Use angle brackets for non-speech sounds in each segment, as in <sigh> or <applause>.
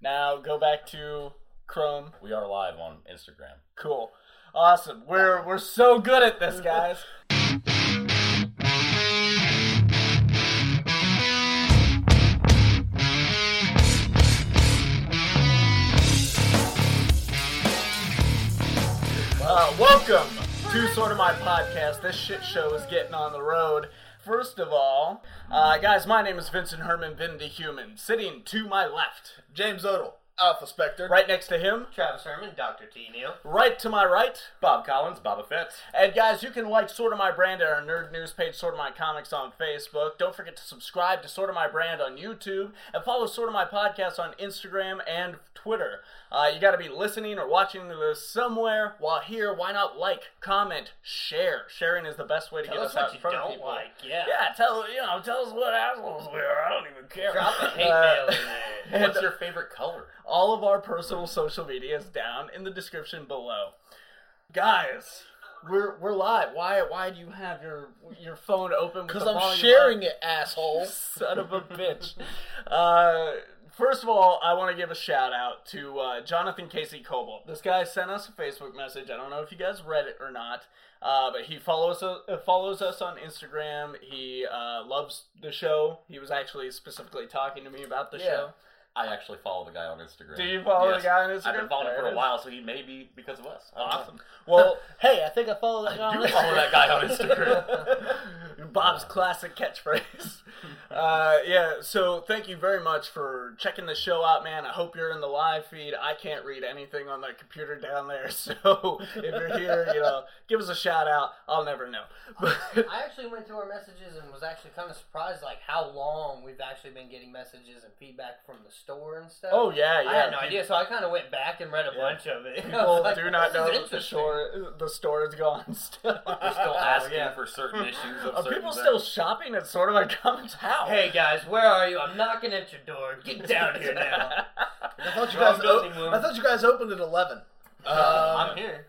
Now go back to Chrome. We are live on Instagram. Cool. Awesome. We're we're so good at this, guys. Uh, welcome to sort of my podcast. This shit show is getting on the road. First of all, uh, guys, my name is Vincent Herman, Vin the Human. Sitting to my left, James Odell. Alpha Spectre. Right next to him, Travis Herman, Dr. T. Neal. right to my right, Bob Collins, Boba Fett. And guys, you can like Sort of My Brand at our nerd news page, Sort of My Comics on Facebook. Don't forget to subscribe to Sort of My Brand on YouTube and follow Sort of My Podcast on Instagram and Twitter. Uh, you got to be listening or watching this somewhere. While here, why not like, comment, share? Sharing is the best way to Tell get us out what in you front of don't people. like. Yeah. Yeah, tell you know, tell us what assholes we are. I don't even care. Drop <laughs> the hate Uh, mail in there. <laughs> and- What's your favorite color? all of our personal social media is down in the description below. Guys, we're we're live. Why why do you have your your phone open? Because I'm sharing it, <laughs> asshole. <laughs> Son of a bitch. Uh, first of all, I want to give a shout out to uh, Jonathan Casey Coble. This guy sent us a Facebook message. I don't know if you guys read it or not, uh, but he follows us, uh, follows us on Instagram. He uh, loves the show. He was actually specifically talking to me about the Yeah. show. I actually follow the guy on Instagram. Do you follow Yes. the guy on Instagram? I've been following him There for it a is. while, so he may be because of us. I don't know. <laughs> Awesome. Well, <laughs> hey, I think I follow that guy do on follow that guy on Instagram. <laughs> Bob's classic catchphrase. Uh, yeah, so thank you very much for checking the show out, man. I hope you're in the live feed. I can't read anything on my computer down there, <laughs> so if you're here, you know, give us a shout out. I'll never know. <laughs> But I actually went through our messages and was actually kind of surprised, like how long we've actually been getting messages and feedback from the store and stuff. oh yeah, yeah. I had no idea, so I kind of went back and read a Yeah. bunch of it. <laughs> I was People like, do not "This is know that the interesting." store the store is gone still. <laughs> We're still asking Oh, Yeah. for <laughs> certain issues. Of Are certain people things. still shopping at sort of like Commons House? <laughs> Hey guys, where are you? I'm knocking at your door. Get down here now. <laughs> I thought you guys. Wrong building, o- Lou. I thought you guys opened at eleven. Uh, I'm here.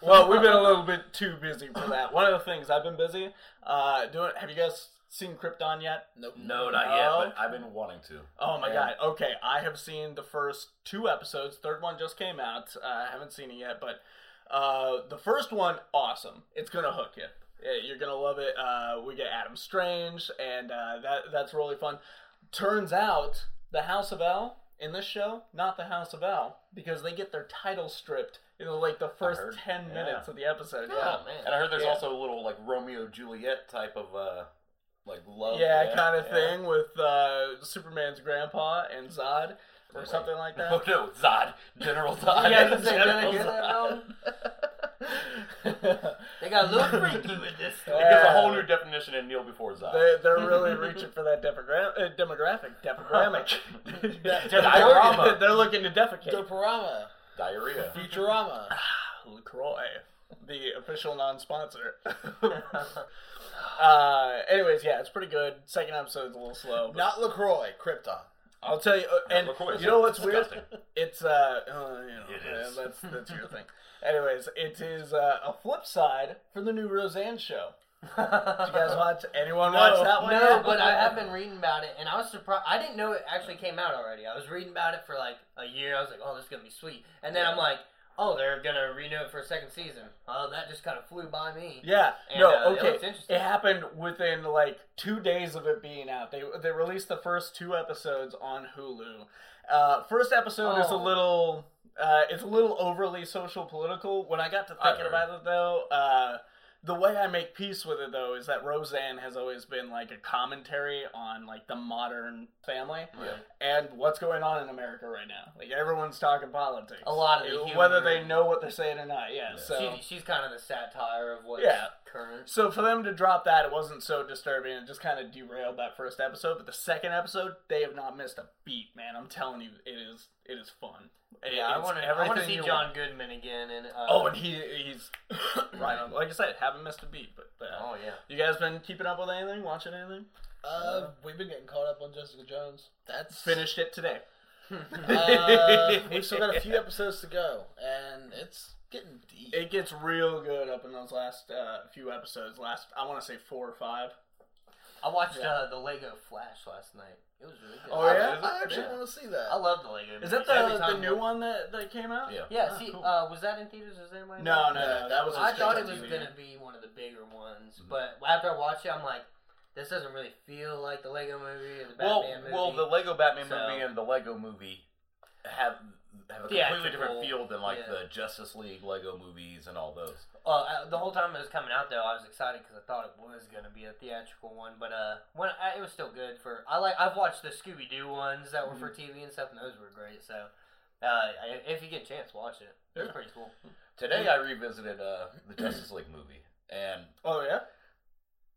well, we've been a little bit too busy for that. One of the things I've been busy uh, doing. Have you guys seen Krypton yet? Nope. No, not No. yet. But I've been wanting to. Oh my Yeah. god. Okay, I have seen the first two episodes. Third one just came out. Uh, I haven't seen it yet, but uh, the first one, awesome. It's gonna hook you. Yeah, You're gonna love it. Uh, we get Adam Strange, and uh, that that's really fun. Turns out the House of L in this show, not the House of L, because they get their title stripped in like the first heard. ten Yeah. minutes of the episode. Oh man. And I heard there's Yeah. also a little like Romeo Juliet type of uh, like love. yeah, kind of yeah. thing with uh, Superman's grandpa and Zod or Wait. something <laughs> like Oh that. no, Zod, General Zod. Yeah, I was gonna say, Did General I hear that wrong? They got a little freaky <laughs> with this. It Story. gives a Yeah. whole new definition in Neil before Zod. they, they're really reaching for that demogra- uh, demographic. Demographic. <laughs> Diorama. they're looking to The defecate. Parama, Diarrhea. Futurama. <laughs> LaCroix, the official non sponsor. <laughs> uh, anyways, yeah, it's pretty good. Second episode's a little slow. but- Not Lacroix. Krypton. I'll tell you. Uh, and LaCroix is you know what's disgusting. weird? It's uh, uh you know, It uh, is. that's that's your thing. Anyways, it is uh, a flip side for the new Roseanne show. Did you guys watch? Anyone watch that one? No, yet? but I have been reading about it, and I was surprised. I didn't know it actually came out already. I was reading about it for like a year. I was like, "Oh, this is gonna be sweet," and then I'm like, "Oh, they're gonna renew it for a second season." Oh, that just kind of flew by me. Yeah. And, no. uh, it okay. looks interesting. It happened within like two days of it being out. They they released the first two episodes on Hulu. Uh, first episode is a Oh. little. Uh, it's a little overly social political. When I got to I thinking heard. about it, though, uh, the way I make peace with it though is that Roseanne has always been like a commentary on like the modern family Yeah. and what's going on in America right now. Like everyone's talking politics. A lot of the humor. whether they know what they're saying or not. Yeah. Yeah. So She, she's kind of the satire of what's Yeah. current. so for them to drop that, it wasn't so disturbing. It just kind of derailed that first episode. But the second episode, they have not missed a beat, man. I'm telling you, it is it is fun. It- Yeah, I it's want to. I want to everything see you John want. Goodman again, and uh, Oh, and he he's <coughs> right on. Like I said, haven't missed a beat. But uh, oh yeah. you guys been keeping up with anything? Watching anything? Uh, we've been getting caught up on Jessica Jones. That's Finished it today. <laughs> Uh, we've still got a few episodes to go, and it's getting deep. It gets real good up in those last uh, few episodes. Last I want to say four or five. I watched Yeah. uh, the Lego Flash last night. It was really good. Oh, yeah? I, I actually Yeah. want to see that. I love the Lego. Is that movies. Every the, the time- new one that, that came out? Yeah. Yeah. Oh, see, cool. uh, was that in theaters? Was anybody? No, no, no. Yeah. That Mm-hmm. was. a I thought straight it was DVD. gonna be one of the bigger ones, Mhm. but after I watched it, I'm like, this doesn't really feel like the Lego movie or the well, Batman movie. well, the Lego Batman So- movie and the Lego movie have have a completely Theatrical, different feel than like yeah. the Justice League Lego movies and all those. Uh, I- the whole time it was coming out, though, I was excited because I thought it was gonna be a theatrical one. But uh, when I, it was still good for I like I've watched the Scooby Doo ones that were for Mm-hmm. TV and stuff, and those were great. So, uh, I- if you get a chance, watch it. It's Yeah. pretty cool. Today I revisited uh, the Justice League movie, and Oh yeah.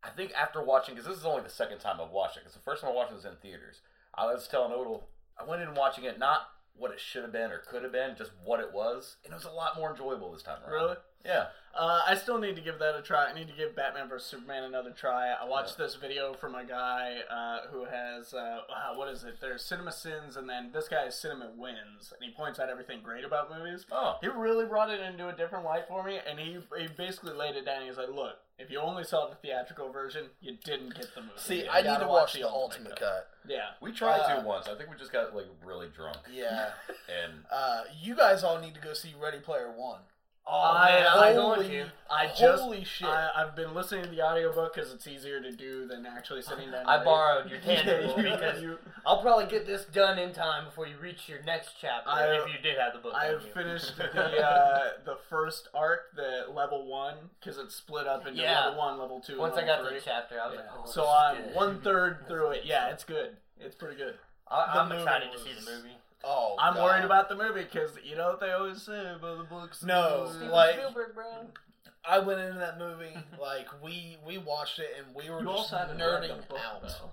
I think after watching, because this is only the second time I've watched it, because the first time I watched it was in theaters. I was telling Odal, I went in watching it not what it should have been or could have been, just what it was, and it was a lot more enjoyable this time around. Really? Yeah. Uh, I still need to give that a try. I need to give Batman vs Superman another try. I watched this video from a guy uh, who has uh, uh, what is it? There's Cinema Sins, and then this guy is Cinema Wins, and he points out everything great about movies. Oh. He really brought it into a different light for me, and he, he basically laid it down. He's like, "Look, if you only saw the theatrical version, you didn't get the movie. See, You I need gotta to watch the ultimate cut. Yeah, We tried Uh, to once. I think we just got like really drunk, Yeah. and <laughs> Uh, you guys all need to go see Ready Player One. Oh, man, I like going holy- to. I just Holy shit! I, I've been listening to the audiobook because it's easier to do than actually <laughs> sitting down. I and- borrowed your <laughs> Yeah, tangent you- <laughs> because you- I'll probably get this done in time before you reach your next chapter I- if you did have the book. I on have you. finished the <laughs> uh, the first arc, the level one, because it's split up into Yeah. level one, level two. and Once I level got to three. the chapter, I was Yeah. like, so oh, this is I'm <laughs> good. one <laughs> third through it. Yeah, it's good. It's pretty good. I, the I'm movie excited to was- see the movie. oh, I'm God. worried about the movie because you know what they always say about the books. No, Steven Steven like Spielberg, bro. I went into that <laughs> movie like we we watched it and we were You just also haven't read nerding the book, out. though.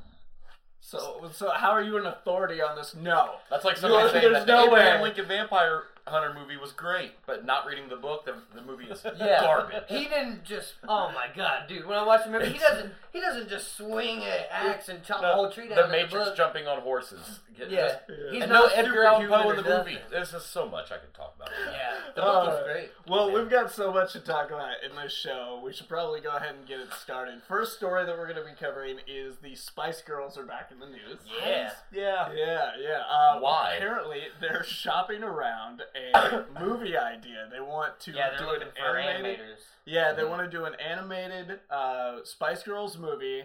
So, so how are you an authority on this? No. that's like somebody There's saying that no the Abraham way. Lincoln Vampire Hunter movie was great, but not reading the book, the, the movie is <laughs> Yeah. garbage. He didn't just. Oh my god, dude! When I watch the movie, he doesn't. He doesn't just swing <laughs> an axe and chop a whole tree down. the in Matrix book. jumping on horses. Get- Yeah. just- Yeah. He's and no not Edgar Allan Poe in superhuman the or movie. nothing. There's just so much I could talk about. Yeah, the book was Alright. great. Uh, Well, we've got so much to talk about in this show. We should probably go ahead and get it started. First story that we're going to be covering is the Spice Girls are back in the news. Yeah. Yeah. Yeah, yeah. Uh, Why? Apparently, they're shopping around a <coughs> movie idea. They want to Yeah, they're do looking an for Mm-hmm. animated. animators. Yeah, they want to do an animated uh, Spice Girls movie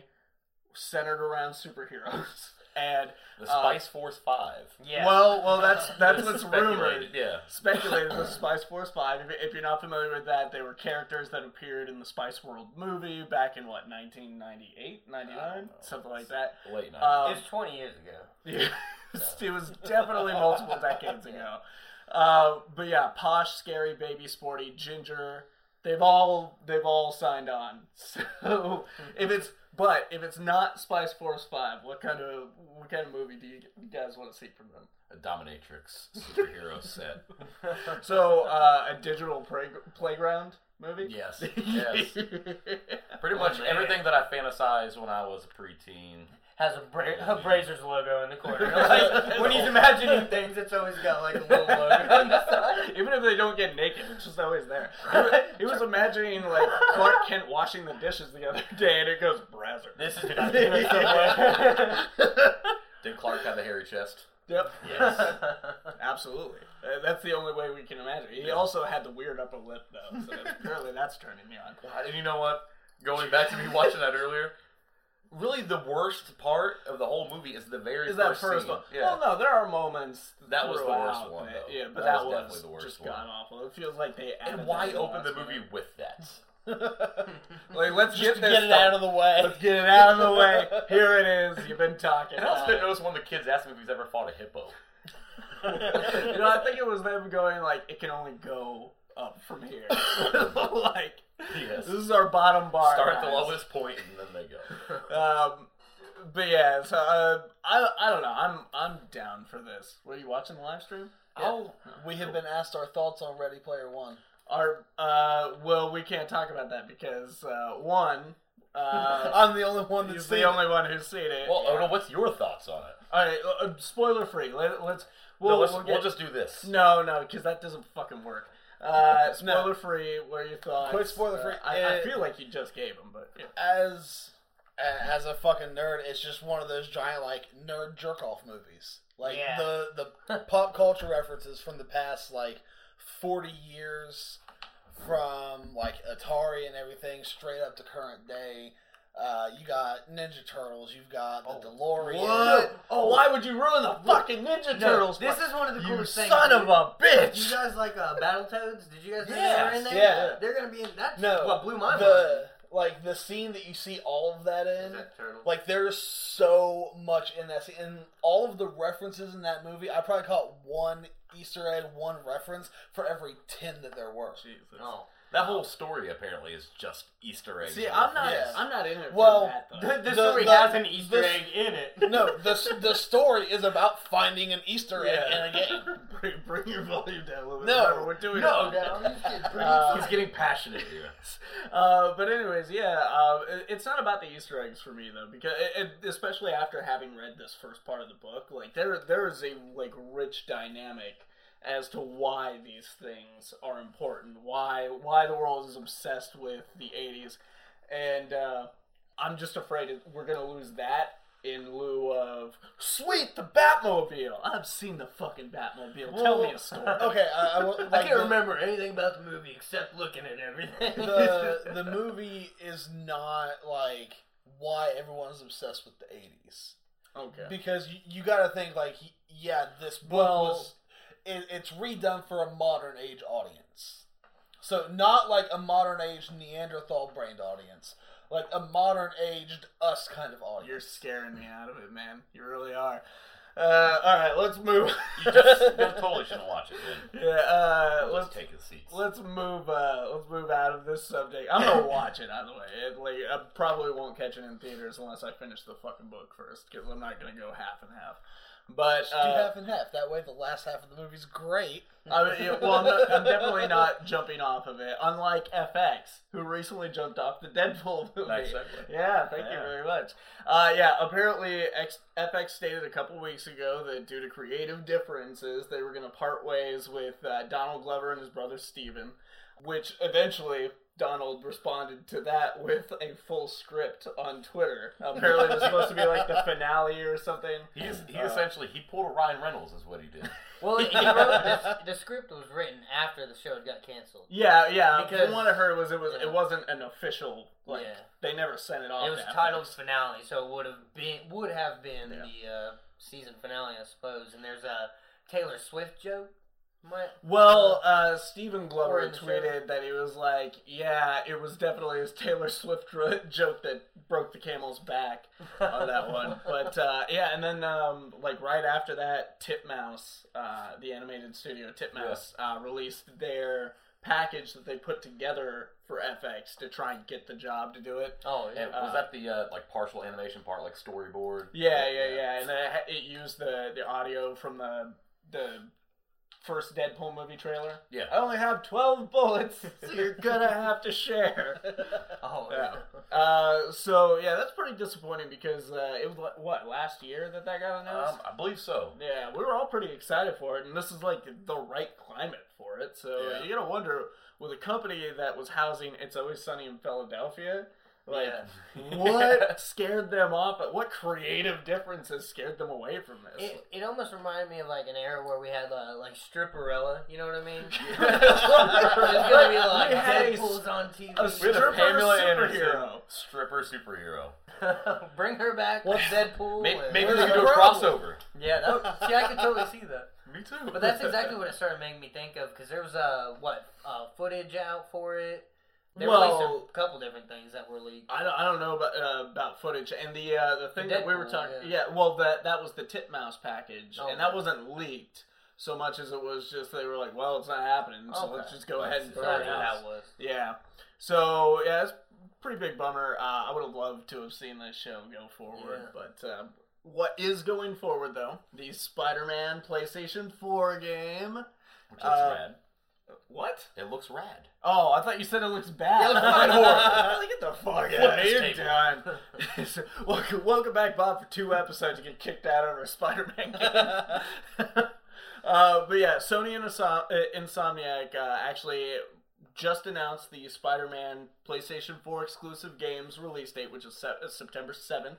centered around superheroes. <laughs> And The Uh, Spice Force Five. Yeah. well, well, that's <laughs> that's It's what's speculated, rumored Yeah. speculated with Spice Force 5. If, if you're not familiar with that, they were characters that appeared in the Spice World movie back in, what, 1998, 99? Something like that. Late night. Um, <laughs> it was 20 years ago. yeah, it was definitely multiple decades ago. Uh, but yeah, Posh, Scary, Baby, Sporty, Ginger. They've all they've all signed on. <laughs> So if it's but if it's not Spice Force Five, what kind of what kind of movie do you guys want to see from them? a dominatrix superhero set. So, uh, a digital play- playground movie? <laughs> Yes. Yes. Pretty Oh, much man. everything that I fantasized when I was a preteen. Has a, bra- a Brazers logo in the <laughs> corner. Like, when he's imagining things, it's always got like a little logo on the side. Even if they don't get naked, it's just always <laughs> there. He was imagining, like, Clark Kent washing the dishes the other day, and it goes, Brazzer. This is not going somewhere. Did Clark have a hairy <laughs> chest? Yep. Yes. <laughs> Absolutely. Uh, That's the only way we can imagine. He also had the weird upper lip, though, so <laughs> apparently that's turning me on. God, and you know what? Going back to me watching that earlier, really the worst part of the whole movie is the very Is that first scene. one? Yeah. Well, no, there are moments. That was the worst throughout one, that- though. Yeah, but That that, was was, definitely the worst just one. god awful. It feels like they. added and why that open last the minute. movie with that? <laughs> Like, let's Just get to this get it out of the way. Let's get it out of the way. <laughs> Here it is. You've been talking. <laughs> And I also about didn't it. notice one of the kids asked me if he's ever fought a hippo. <laughs> you know, I think it was them going like, it can only go up from here. <laughs> <laughs> like, Yes. this is our bottom bar. Start at the guys. lowest point and then <laughs> they go. Um, but yeah, so uh, I I don't know. I'm I'm down for this. Were you watching the live stream? Oh, we have been asked our thoughts on Ready Player One. Our uh, well, we can't talk about that because uh, one. Uh, <laughs> I'm the only one that's He's seen the it. only one who's seen it. Well, Oda, what's your thoughts on it? All right, uh, uh, spoiler free. Let, let's No, we'll, let's- we'll, we'll, get, just do this. no no because that doesn't fucking work. <laughs> Uh, No. spoiler free. What are your thoughts? Quick spoiler free. Uh, I, I Uh, feel like you just gave them, but yeah. as a- as a fucking nerd, it's just one of those giant like nerd jerk off movies. Like Yeah. the the pop culture references from the past like forty years, from like Atari and everything straight up to current day. Uh, you got Ninja Turtles. You've got the DeLorean. What? Oh, why would you ruin the fucking Ninja No, Turtles? this one? is one of the you coolest things. son of dude. a You bitch. guys like uh, Battletoads? Did you guys know they Yes, were in there? yeah. They're gonna be in. That's No, what blew my the like the scene that you see all of that mind. in. Is that turtle? Like there's so much in that scene, and all of the references in that movie. I probably caught one Easter egg, one reference for every ten that there were. oh. That whole story apparently is just Easter eggs. See, I'm not. Yes. I'm not in it. For Well, that, though. The, The- story the- has an Easter the- egg in <laughs> it. No, the s- the story is about finding an Easter egg Yeah. in a game. <laughs> bring, bring your volume down a little bit. No. Remember, we're doing No. it. all down. Uh, He's getting passionate here. <laughs> Uh, but anyways, yeah, uh, it- it's not about the Easter eggs for me though, because it, it- especially after having read this first part of the book, like there there is a like rich dynamic as to why these things are important, why why the world is obsessed with the '80s, and uh, I'm just afraid that we're gonna lose that. In lieu of sweet the Batmobile, I've seen the fucking Batmobile. Tell me a story. Okay, I, I, will- like, <laughs> I can't the- remember anything about the movie except looking at everything. <laughs> the the movie is not like why everyone's obsessed with the 80s Okay. because you, you got to think like y- yeah this book Well- was it, it's redone for a modern age audience so not like a modern age neanderthal brained audience like a modern aged us kind of audience You're scaring me out of it, man. You really are. Uh, all right, let's move. <laughs> You just you totally shouldn't watch it. Man. yeah, uh, Let's, let's take his seats. let's move. Uh, let's move out of this subject. I'm <laughs> gonna watch it either way. It, like, I probably won't catch it in theaters unless I finish the fucking book first, because I'm not gonna go half and half. But Just do uh, half and half that way the last half of the movie's great I mean, yeah, well, I'm, not, I'm definitely not jumping off of it. Unlike FX, who recently jumped off the Deadpool <laughs> movie. Nice segue. Yeah, thank you Yeah. very much. Uh, yeah, apparently X- FX stated a couple weeks ago that due to creative differences, they were going to part ways with uh, Donald Glover and his brother Steven, which eventually Donald responded to that with a full script on Twitter. Apparently, it was supposed to be like the finale or something. He, is, he Uh, essentially he pulled a Ryan Reynolds is what he <laughs> did. well, he wrote this, the script was written after the show had got canceled. <laughs> Yeah, yeah. Because- from what I heard was it was Yeah. it wasn't an official like Yeah. they never sent it off. It was to titled FX. finale, so it would have been would have been Yeah. the uh, season finale, I suppose. And there's a Taylor Swift joke. Might Well, uh, Stephen Or Glover in the tweeted that he was like, "Yeah, it was definitely his Taylor Swift dro- joke that broke the camel's back on that <laughs> one." But uh, yeah, and then um, like right after that, Titmouse, uh, the animated studio Titmouse, uh, released their package that they put together for FX to try and get the job to do it. oh yeah, And was that the uh, like partial animation part, like storyboard? Yeah, yeah, yeah, and it, ha- it used the the audio from the the first Deadpool movie trailer. Yeah. I only have twelve bullets, so you're gonna have to share. oh <laughs> yeah. Yeah. Uh, so yeah, that's pretty disappointing because uh, it was like, what last year that that got announced. Um, I believe so. yeah, we were all pretty excited for it, and this is like the right climate for it. So Yeah. you gotta wonder with a company that was housing "It's Always Sunny in Philadelphia," like Yeah. <laughs> what scared them off? What creative differences scared them away from this? <laughs> It, it almost reminded me of like an era where we had uh, like stripperella, you know what I mean? It's gonna be like We had a Deadpool's on TV. a We're the Stripper Pamela superhero. Anderson <laughs> stripper superhero. <laughs> Bring her back. What's Deadpool? Maybe, and- maybe Where's we could the do a problem? crossover. Yeah, that, <laughs> see, I can totally see that. Me too. <laughs> But <laughs> that's exactly what it started making me think of because there was uh, what uh, footage out for it. There Well- released a couple different things that were leaked. I don't, I don't know about uh, about footage and the uh, the thing that we were Deadpool, Oh, talking. Yeah. well that that was the Titmouse package, Okay. and that wasn't leaked so much as it was just they were like, well, it's not happening, so Okay. let's just go ahead and So throw that's it what out. that was. Yeah. So yeah, it's a pretty big bummer. Uh, I would have loved to have seen this show go forward, but um, what is going forward though? The Spider-Man PlayStation Four game. Which looks Uh, rad. What? It looks rad. Oh, I thought you said it looks bad. It looks fucking <laughs> horrible. Like, Get the fuck Flip out of this here, <laughs> John. welcome, welcome back, Bob, for two episodes. You get kicked out over a Spider-Man <laughs> game. uh, but yeah, Sony and Insom- uh, Insomniac uh, actually just announced the Spider-Man PlayStation 4 exclusive games release date, which is se- uh, September 7th.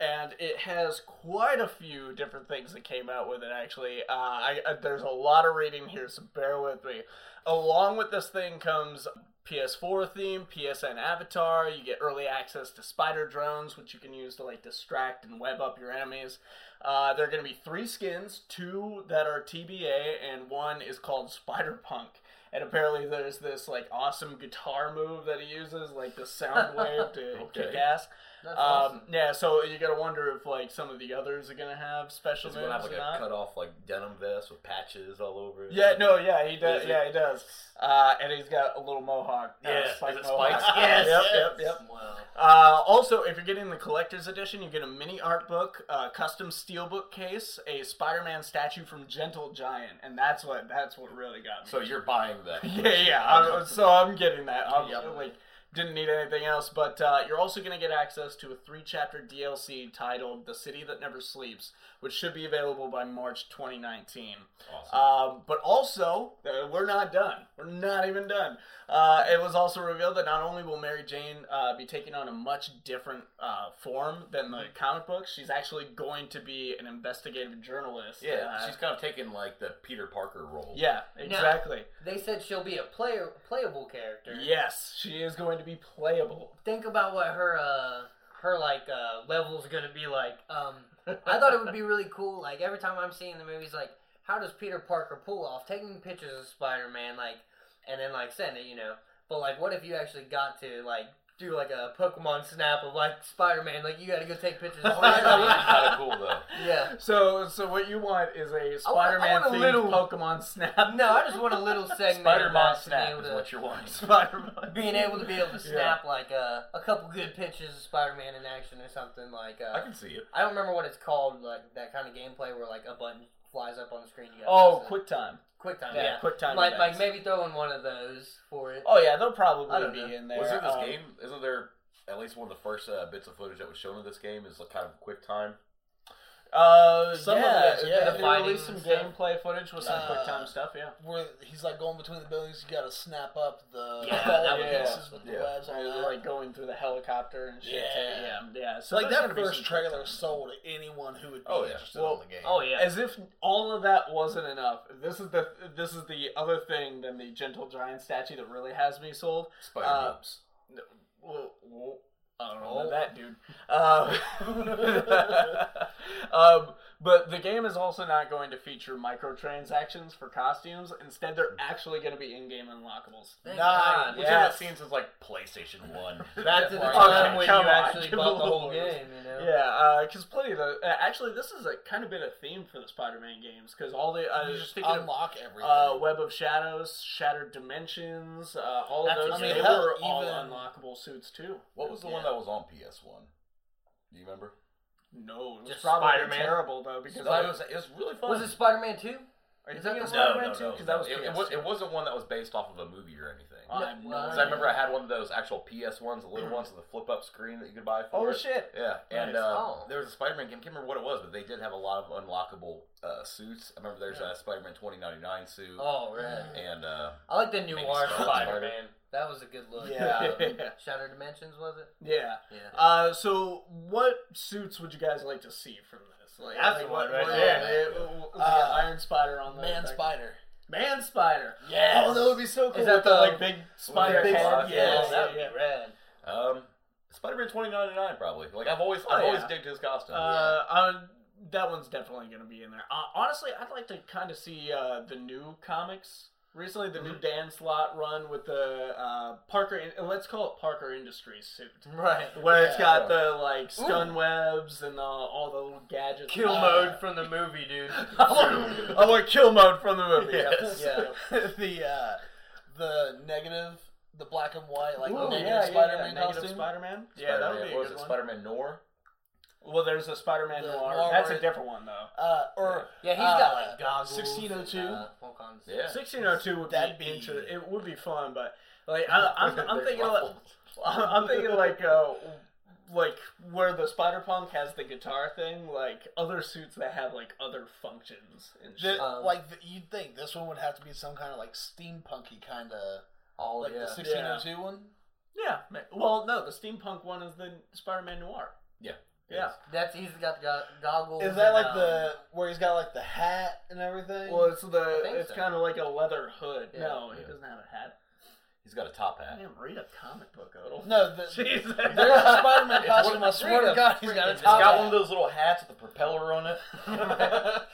And it has quite a few different things that came out with it, actually. Uh, I, uh, there's a lot of reading here, so bear with me. Along with this thing comes PS4 theme, PSN avatar. You get early access to spider drones, which you can use to like distract and web up your enemies. Uh, there are going to be three skins, two that are TBA, and one is called Spider Punk. And apparently, there's this like awesome guitar move that he uses, like the sound wave to Okay. kick ass. That's Um, awesome. yeah, so you gotta wonder if like some of the others are gonna have special He's moves gonna have like or a not. cut off like denim vest with patches all over it. Yeah, no, yeah, he does. Is it- Yeah, he does. Uh, and he's got a little mohawk. uh, Yeah, is spike it mohawk. <laughs> spikes? Yes, Yep, yes. yep, yep. Wow. Uh, also, if you're getting the collector's edition, you get a mini art book, a custom steelbook case, a Spider-Man statue from Gentle Giant, and that's what that's what really got me. So you're buying that. yeah, <laughs> yeah. I, so I'm getting that. I'm, Yep. Like, didn't need anything else. But uh, you're also going to get access to a three-chapter DLC titled "The City That Never Sleeps," which should be available by March 2019. Awesome. Um, but also, uh, we're not done. We're not even done. Uh, it was also revealed that not only will Mary Jane uh, be taking on a much different uh, form than Mm-hmm. the comic books, she's actually going to be an investigative journalist. yeah, Uh, she's kind of taking like the Peter Parker role. yeah, exactly. They said she'll be a player, playable character. Yes, she is going to be playable. Think about what her uh her like uh level's gonna be like. Um, I thought it would be really cool. Like every time I'm seeing the movies, like how does Peter Parker pull off taking pictures of Spider Man, like, and then like send it, you know? But like, what if you actually got to like do like a Pokemon snap of like Spider Man? Like you got to go take pictures. of Spider-Man. <laughs> kind of cool though. yeah. So, so what you Oh, want is a I want- I Spider-Man want a themed little- Pokemon <laughs> Snap. No, I just want a <laughs> little segment. Spider Man of that to be snap able is to- what you're <laughs> wanting. Spider-Man. being able to be able to Yeah. snap like uh, a couple good pictures of Spider-Man in action or something like <laughs> I uh, can see it. I don't remember what it's called like that kind of gameplay where like a button flies up on the screen. You gotta Oh, press it. quick time. quick time, Yeah, yeah, quick time. like events. like maybe throw in one of those for it. Oh yeah, they'll I probably don't be know. in there. Wasn't this Um, game? Isn't there at least one of the first uh, bits of footage that was shown in this game is like kind of quick time? Uh, Some of yeah, it, yeah. yeah. The They fighting released some and stuff. gameplay footage with some Uh, quick time stuff. Yeah. Where he's like going between the buildings, you gotta snap up the Yeah, all that the would be pieces awesome. with the Yeah. webs. So All they were, that. like going through the helicopter and shit. Yeah. too. yeah, yeah. So like there's that gonna be first some trailer quick time. sold anyone who would be Oh, yeah. interested Well, in the game. Oh yeah, As if all of that wasn't enough. This is the this is the other thing than the gentle giant statue that really has me sold. Spider Uh, Mobs. Well, well, I don't Oh. know that dude. Um, <laughs> um, but the game is also not going to feature microtransactions for costumes. Instead, they're actually going to be in-game unlockables. Thank Nah, God. Which I haven't yes. seen since like PlayStation <laughs> One. Back to the Okay, time when you come on, actually give bought the a whole little- game, you know. Yeah, because plenty of the uh, actually, this is a kind of been a theme for the Spider-Man games because all the I You was just just thinking of unlock everything. uh, Web of Shadows, Shattered Dimensions, uh, all of That's those. a good they one. were all Even- unlockable suits too. What was the one Yeah. that was on PS One? Do you remember? No, it was Just probably Spider-Man. terrible though because No, I it was it was really fun. Was it Spider-Man Two? Are you Is thinking that of the one? Spider-Man too? Because that was it, PS2. was it wasn't one that was based off of a movie or anything. I have no Yeah, 'Cause idea. I remember I had one of those actual PS ones, the little ones with the flip up screen that you could buy for Oh it. shit! Yeah, and Nice. uh, Oh. there was a Spider-Man game. I can't remember what it was, but they did have a lot of unlockable uh, suits. I remember there's a Spider-Man 2099 suit, Oh right. and uh, I like the Maybe noir Spider-Man. Spider-Man. That was a good look. <laughs> Yeah. Shattered Dimensions was it? Yeah. Yeah. Uh, so, what suits would you guys like to see from this? Like, That's like, the one right what- there. yeah, it- it- Uh, Iron Spider on the Man back. Spider. Man Spider. Yes. Oh, that would be so cool. that with the- like big spider big head? spider? Yes, Oh, that would yeah, be rad. um, Spider-Man 2099 probably. Like I've always, Oh, I've always yeah. digged his yeah. costume. Uh, I would, that one's definitely going to be in there. Uh, honestly, I'd like to kind of see uh, the new comics. Recently, the new Dan Slott run with the uh, Parker, in- let's call it Parker Industries suit. Right. Where it's Yeah. got the like stun webs and the, all the little gadgets. <laughs> Kill Uh, mode from the movie, <laughs> dude. I want, I want kill mode from the movie. Yes. Yeah. <laughs> the uh, the negative, the black and white, like Ooh, negative yeah, yeah, Spider-Man yeah. Negative costume. Spider-Man. Yeah, Spider-Man- that would be a what was good it, one. Spider-Man Noir? well, there's a Spider-Man The noir. noir That's a where it- different one though. uh, or Yeah, he's uh, got like goggles. 1602. and, uh, all kinds of Yeah. stuff. 1602 would That'd be, be- interesting. It would be fun, but like I, <laughs> I'm, I'm They're thinking like, ruffled. I'm thinking like uh, like where the Spider Punk has the guitar thing, like other suits that have like other functions and shit. The, Um, like the, you'd think this one would have to be some kind of like steampunky kind of Oh like yeah. the 1602 one. Yeah. ma- Well, no, the steampunk one is the Spider-Man Noir. Yeah. That's he's got the go- goggles. Is that and, like um, the where he's got like the hat and everything? Well, it's the I think it's so. kind of like a leather hood. Yeah. No, he Yeah. doesn't have a hat. He's got a top I hat. didn't read a comic book, Odell. no, the, <laughs> <laughs> Jesus. <laughs> there's a Spider-Man <laughs> It's costume. one- I swear to freedom, God, he's got a freedom. It's top got hat. one of those little hats with a propeller on it.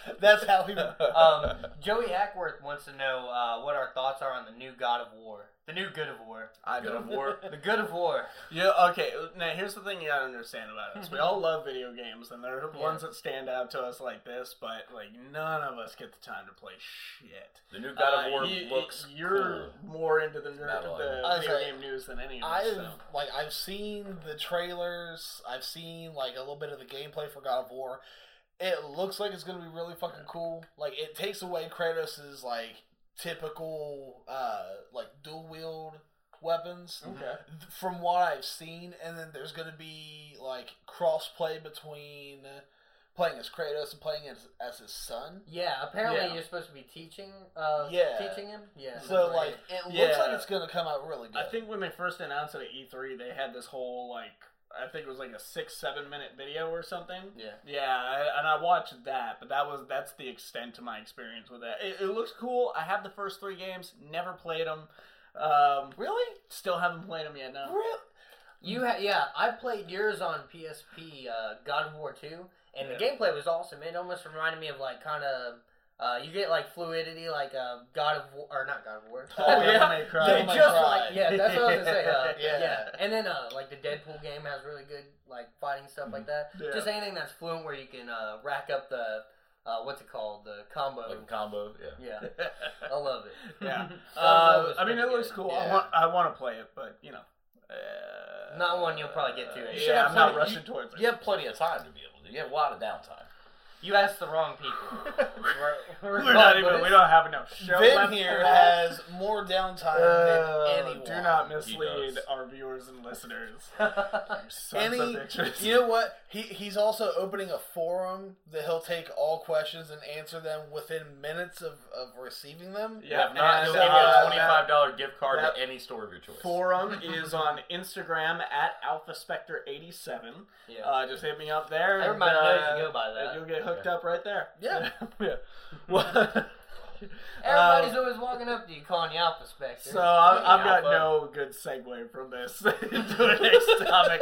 <laughs> That's how he. um, Joey Hackworth wants to know uh, what our thoughts are on the new God of War, the new Good of War, I good of war. the Good of War. Yeah, okay. Now here's the thing you gotta understand about us. We all love video games, and there are Yeah. ones that stand out to us like this, but like none of us get the time to play shit. <laughs> The new God Uh, of War you- looks You're cool. more into the nerd, Battle the Eye. video I was game news than any of us. I've so. like I've seen the trailers. I've seen like a little bit of the gameplay for God of War. It looks like it's gonna be really fucking cool. Like it takes away Kratos' like typical uh like dual wield weapons Okay. from what I've seen, and then there's gonna be like cross play between playing as Kratos and playing as as his son. Yeah, apparently Yeah. you're supposed to be teaching. Uh, Yeah. teaching him. Yeah. So that's like right. it looks Yeah. like it's gonna come out really good. I think when they first announced it at E3, they had this whole like I think it was like a six seven minute video or something. Yeah. Yeah, I, and I watched that, but that was that's the extent to my experience with that. It, it looks cool. I have the first three games, never played them. Um, really, still haven't played them yet. No. really. You ha- yeah, I played yours on PSP, uh, God of War Two, and the Yeah. gameplay was awesome. It almost reminded me of like kind of. Uh, you get like fluidity, like uh, God of War, or not God of War. <laughs> Oh, yeah. Devil May Cry. Devil They May just Cry. like yeah, that's what I was gonna say. <laughs> Uh, Yeah. yeah. and then uh, like the Deadpool game has really good like fighting stuff like that. Yeah. <laughs> Just anything that's fluent where you can uh, rack up the uh, what's it called the combo. Like <laughs> a combo. Yeah. yeah, <laughs> I love it. yeah. That Uh, was I mean, it pretty looks good. cool. I Yeah. want I want to play it, but you know. Uh, Not one you'll probably get to. uh, You should yeah, have I'm not plenty- rushing towards <laughs> it. You have plenty of time to be able to. You have a lot of downtime. You asked the wrong <laughs> people. We're, we're We're not even. but We don't have enough show Ben left here for that. has more downtime than anyone. do not He mislead does. our viewers and listeners. <laughs> Uh, it's- Sons Any, of bitches. you know what? He he's also opening a forum that he'll take all questions and answer them within minutes of, of receiving them. You have and not. You'll so, give you uh, a twenty-five dollar gift card that- to any store of your choice. that Forum <laughs> is on Instagram at Alpha Spectre eighty seven. yeah. Uh, just hit me up there. and, Everybody knows you uh, go by and that. you'll get hooked Yeah. up right there. Yeah. <laughs> yeah. Uh, Well, Everybody's always walking up to you calling you Alpha Spectre. So I, I've got Alpha. no good segue from this <laughs> to the next topic.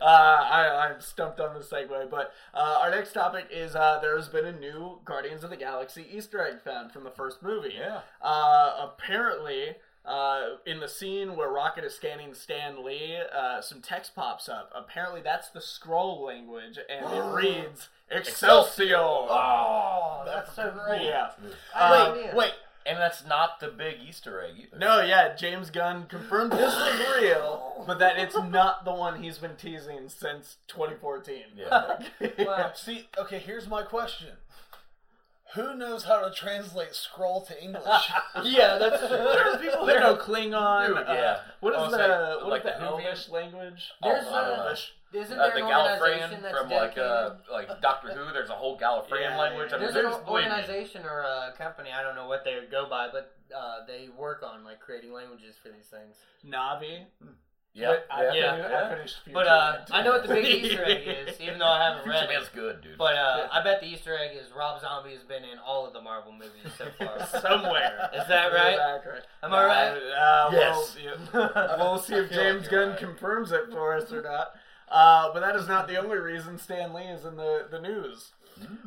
Uh, I, I'm stumped on the segue, but uh, our next topic is uh, there's been a new Guardians of the Galaxy Easter egg found from the first movie. Yeah. Uh, apparently, uh, in the scene where Rocket is scanning Stan Lee, uh, some text pops up. Apparently, that's the scroll language, and it reads Excelsior. Oh, that's so great. Yeah. I Um, did. Wait, And that's not the big Easter egg either. No, yeah, James Gunn confirmed this was real, but that it's not the one he's been teasing since 2014. <laughs> Yeah. Wow. see, okay, here's my question. Who knows how to translate scroll to <laughs> English? yeah, that's true. There are people that know Klingon. Dude, uh, yeah. What is Honestly, the what like is the the Hoovian- Elvish language? There's Oh, I don't a- know. Elvish. Isn't Uh, there the an organization Gallifreyan that's from like dedicated? uh, like Doctor Who. There's a whole Gallifreyan Yeah, language. yeah, I mean, there's, there's, an believe me, organization or a company I don't know what they go by, but uh, they work on like creating languages for these things. Navi. Yeah, But I, finished, yeah, I yeah. finished Future But uh, Land. I know what the big <laughs> Easter egg is, even though I haven't Future read Man's it. good, dude. But <laughs> uh, I bet the Easter egg is Rob Zombie has been in all of the Marvel movies so <laughs> far. <laughs> somewhere. Is that right? Accurate. Am I right? Uh, Yes. We'll, yeah. we'll see if I feel like James you're Gunn right. confirms it for us or not. Uh, but that is not the only reason Stan Lee is in the, the news.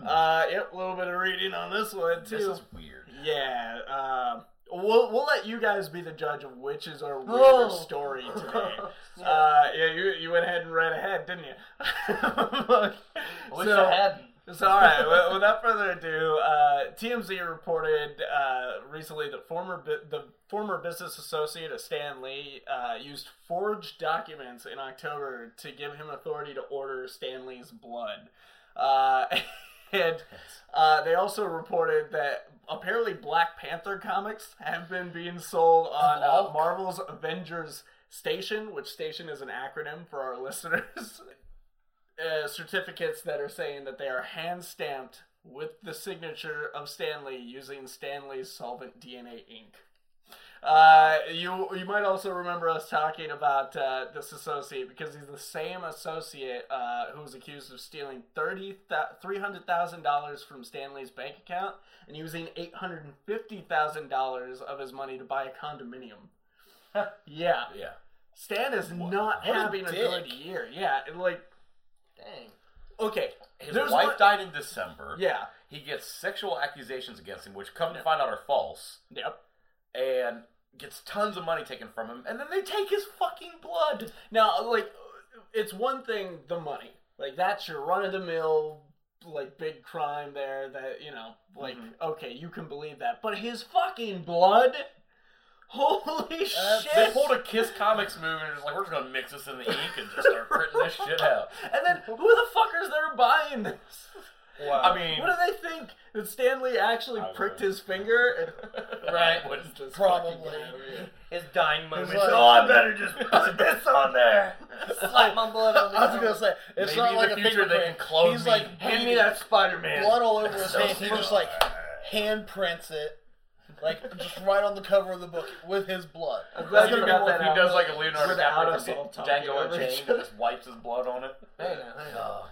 Uh, yep, a little bit of reading on this one, too. Hmm. Mm. this is weird. Yeah. Um, we'll we'll let you guys be the judge of which is our weirder Oh. story today. <laughs> Yeah. Uh, yeah, you you went ahead and read ahead, didn't <laughs> you? Look, I wish so- I hadn't. so, all right. wi- without further ado, uh, TMZ reported uh, recently that former bu- the former business associate of Stan Lee uh, used forged documents in October to give him authority to order Stan Lee's blood, uh, <laughs> and uh, they also reported that apparently Black Panther comics have been being sold on uh, Hulk? Marvel's Avengers Station, which station is an acronym for our <laughs> listeners. uh, certificates that are saying that they are hand stamped with the signature of Stanley using Stanley's solvent DNA ink. Uh, you you might also remember us talking about uh, this associate because he's the same associate uh, who was accused of stealing thirty three hundred thousand dollars from Stanley's bank account and using eight hundred and fifty thousand dollars of his money to buy a condominium. yeah, Yeah. Stan is What- not what a having a dick. good year. Yeah, and, like Dang. okay, His There's wife one- died in December. yeah, He gets sexual accusations against him, which come Yeah. to find out are false, yep. and gets tons of money taken from him, and then they take his fucking blood. Now, like, it's one thing the money, like that's your run of the mill, like big crime there. That you know, like Mhm. okay, you can believe that, but his fucking blood, holy They shit! pulled a Kiss Comics move and just like, we're just gonna mix this in the ink and just start printing this shit out. and then who the fuckers that are buying this? Wow. I mean, What do they think that Stanley actually I pricked would- his finger? <laughs> right? And, Wouldn't Just Probably. fucking get out of here. His dying moments. like- oh, I better just put this on there. <laughs> slap my blood on the I was gonna say it's Maybe not in like the a future they fingerprint. can clone He's me. like Hand me bleeding, that Spider Man. blood all over his So hand. He just like handprints it, like just right on the cover of the book with his blood. I'm That's glad gonna you be got cool if that he out. does like a Leonardo Without DiCaprio us from all talking Django over each Unchained and other. just wipes his blood on it. Hey, now, hey, now. Oh.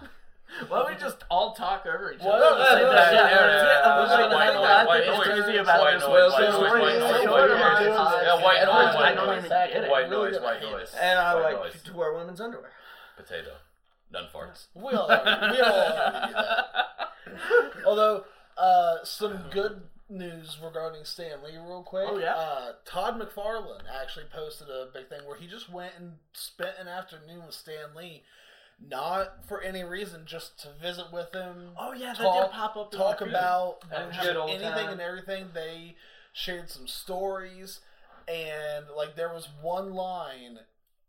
Why don't we just all talk over each Well, other? no, no, no, Yeah, yeah, yeah, yeah, yeah. yeah. Like, the White thing noise, that I white think is noise, crazy about white this noise, was white this noise, white really noise, showed white him noise. on his Yeah, white eyes. noise, I white don't noise. even get it. White really noise, gonna white hate noise. And I white like noise. to wear women's underwear. potato. None farts. We all already, we all already knew that. <laughs> Although uh, some good news regarding Stan Lee, real quick. Oh, yeah? Uh, Todd McFarlane actually posted a big thing where he just went and spent an afternoon with Stan Lee, not for any reason, just to visit with him. Oh yeah, that Talk- did pop up. in my talk feed. about And just good old anything time. and everything. They shared some stories, and like there was one line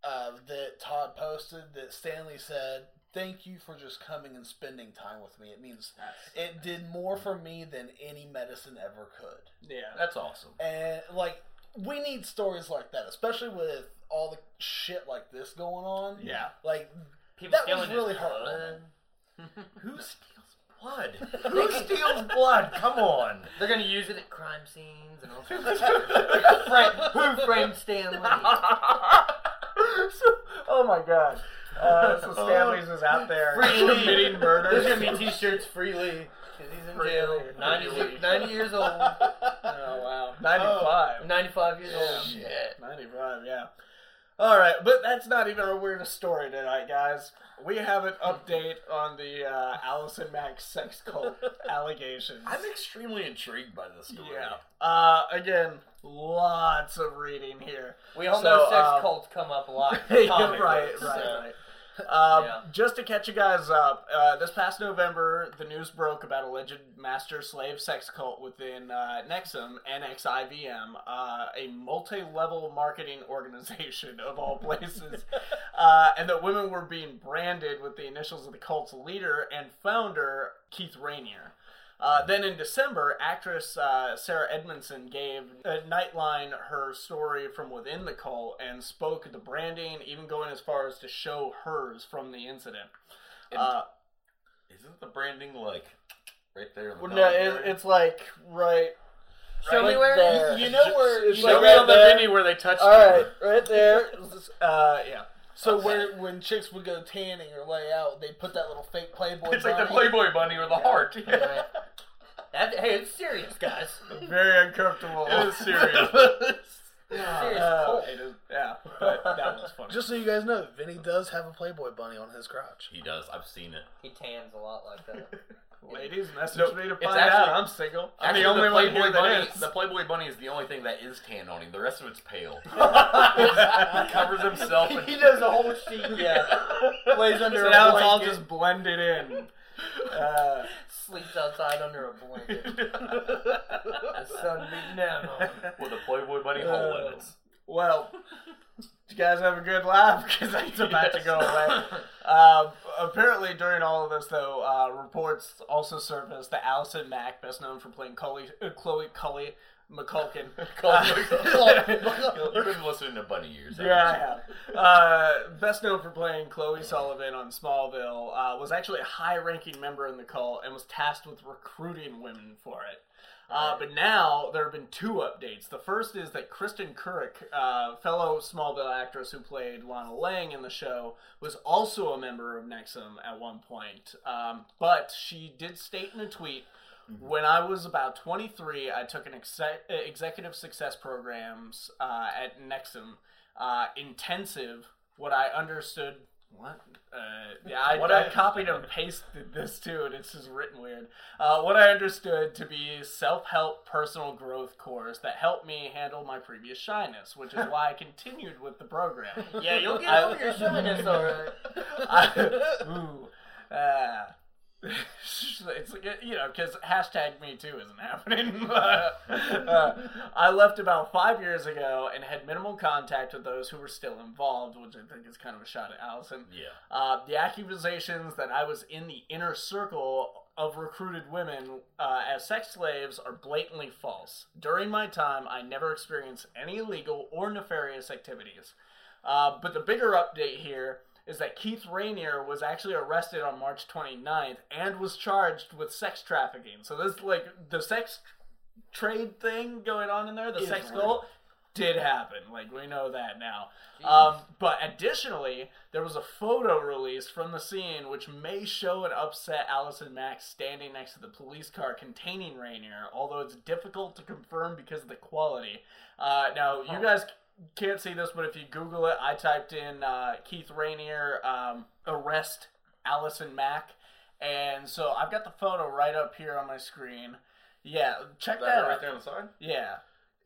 uh, that Todd posted that Stanley said, "Thank you for just coming and spending time with me. It means it did more for me than any medicine ever could." Yeah. That's awesome. And like we need stories like that, especially with all the shit like this going on. Yeah. Like People that was stealing his really blood. hard. Who <laughs> steals blood? <laughs> Who <laughs> steals blood? Come on. They're gonna use it at crime scenes and all sorts of Frank, who framed Stan <laughs> Lee? <laughs> So- oh my god. Uh, <laughs> so Stanley's was out there Free. committing There's murders. gonna be t-shirts freely. 'cause He's in jail. Freely. 90, Freely. 90 years old. <laughs> Oh wow. Ninety-five. 95 years old. Yeah. 95, yeah. All right, but that's not even our weirdest story tonight, guys. We have an update on the uh, Allison Mack sex <laughs> cult allegations. <laughs> I'm extremely intrigued by this story. yeah. Uh, again, lots of reading here. We all So, know sex um, cults come up a lot. <laughs> <laughs> Yeah, in comic right, books, so. right, right. Um, Yeah. Just to catch you guys up, uh, this past November, the news broke about alleged master slave sex cult within uh, Nexum, NXIVM, uh, a multi level marketing <laughs> organization of all <laughs> places, uh, and that women were being branded with the initials of the cult's leader and founder, Keith Rainier. Uh, then in December, actress uh, Sarah Edmondson gave uh, Nightline her story from within the cult and spoke at the branding, even going as far as to show hers from the incident. And Uh, Isn't the branding like right there? In the well, no, top it, there? it's like right. Show me right where- there. You know where It's you like show know me right on the there. mini where they touched. All right, you. right there. Uh, yeah. So where when chicks would go tanning or lay out, they put that little fake Playboy. <laughs> It's like the bunny. Playboy bunny or the heart. <laughs> Right. That, hey, it's serious, <laughs> guys. Very uncomfortable. It <laughs> is serious. serious Uh, cult. it is- yeah, but that <laughs> was funny. Just so you guys know, Vinny does have a Playboy bunny on his crotch. he does. I've seen it. He tans a lot like that. Ladies, message No, me to it's find out. actually- I'm single. I'm Actually, the only one Playboy here bunny. that is. The Playboy bunny is the only thing that is tan on him. The rest of it's pale. he yeah. covers himself. in- he <laughs> does a whole sheet. Yeah. Lays under So a now it's all blanket. just blended in. Uh, Sleeps outside under a blanket. <laughs> The sun beating down on <laughs> him. With a Playboy Uh, bunny hole in <laughs> it. well, did you guys have a good laugh? <laughs> Because it's about to Yes. go away. Um, apparently, during all of this, though, uh, reports also surfaced that Allison Mack, best known for playing Cully, uh, Chloe Cully McCulkin. Oh, Uh, <laughs> You've been listening to Bunny years. haven't <laughs> you? Yeah, yeah. Uh, best known for playing Chloe Sullivan on Smallville, uh, was actually a high-ranking member in the cult and was tasked with recruiting women for it. Uh, but now there have been two updates. The first is that Kristen Couric, uh, fellow Smallville actress who played Lana Lang in the show, was also a member of Nexum at one point. Um, but she did state in a tweet when I was about 23, I took an exe- uh, executive success programs uh, at Nexum uh, intensive. What I understood, what? Uh, yeah, I, What I, I- copied and pasted this too, and it's just written weird. Uh, what I understood to be self help personal growth course that helped me handle my previous shyness, which is <laughs> why I continued with the program. Yeah, you'll get I- over your shyness, alright. <laughs> I, ooh, ah. <laughs> it's like, you know because hashtag me too isn't happening. <laughs> Uh, I left about five years ago and had minimal contact with those who were still involved, which I think is kind of a shot at Allison. Yeah. Uh, the accusations that I was in the inner circle of recruited women uh, as sex slaves are blatantly false. During my time, I never experienced any illegal or nefarious activities. Uh, but the bigger update here is that Keith Rainier was actually arrested on March 29th and was charged with sex trafficking. So this, like, the sex trade thing going on in there, the Is sex real. cult, did happen. Like, we know that now. Um, but additionally, there was a photo released from the scene which may show an upset Allison Mack standing next to the police car containing Rainier, although it's difficult to confirm because of the quality. Uh, now, Oh. you guys can't see this, but if you Google it, I typed in uh, Keith Rainier um, arrest Allison Mack. And so I've got the photo right up here on my screen. Yeah, check Is that, that out. right there on the side? Yeah.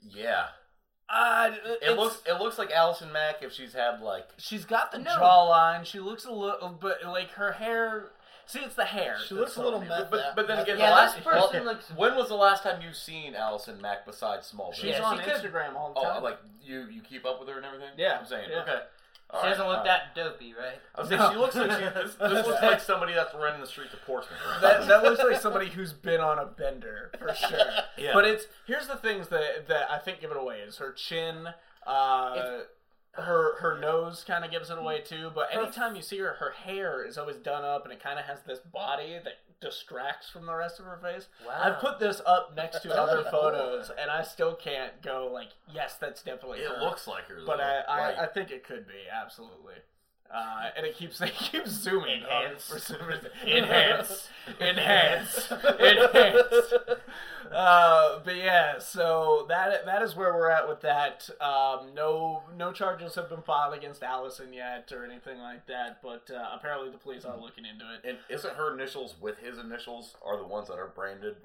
Yeah. Uh, It looks it looks like Allison Mack if she's had like She's got the No. jawline. She looks a little, but like her hair. See, it's the hair. She looks a little messy. messed But, up. but then That's- again, Yeah, the last this person looks- When was the last time you've seen Allison Mack besides Smallville? She's Yeah, on she could- Instagram all the time. oh, like you you keep up with her and everything. Yeah, I'm saying yeah. okay. All She right, doesn't look all right. that dopey, right? I was saying she looks like <laughs> she, this, this looks like somebody that's running the streets of Portsmouth. right now. that, that looks like somebody who's been on a bender for sure. Yeah. But it's here's the things that that I think give it away is her chin. Uh, her her nose kind of gives it away too. But anytime you see her, her hair is always done up, and it kind of has this body that distracts from the rest of her face. Wow. I've put this up next to other Cool. photos, and I still can't go like, yes, that's definitely. it her. looks like her, But though. I, Like, I, I think it could be absolutely. Uh, and it keeps <laughs> it keeps zooming Enhance. on for some <laughs> reason. Enhance. <laughs> enhance, enhance. Uh, but yeah, so that that is where we're at with that. Um, no no charges have been filed against Allison yet or anything like that. But uh, apparently the police are looking into it. and isn't her initials with his initials are the ones that are branded?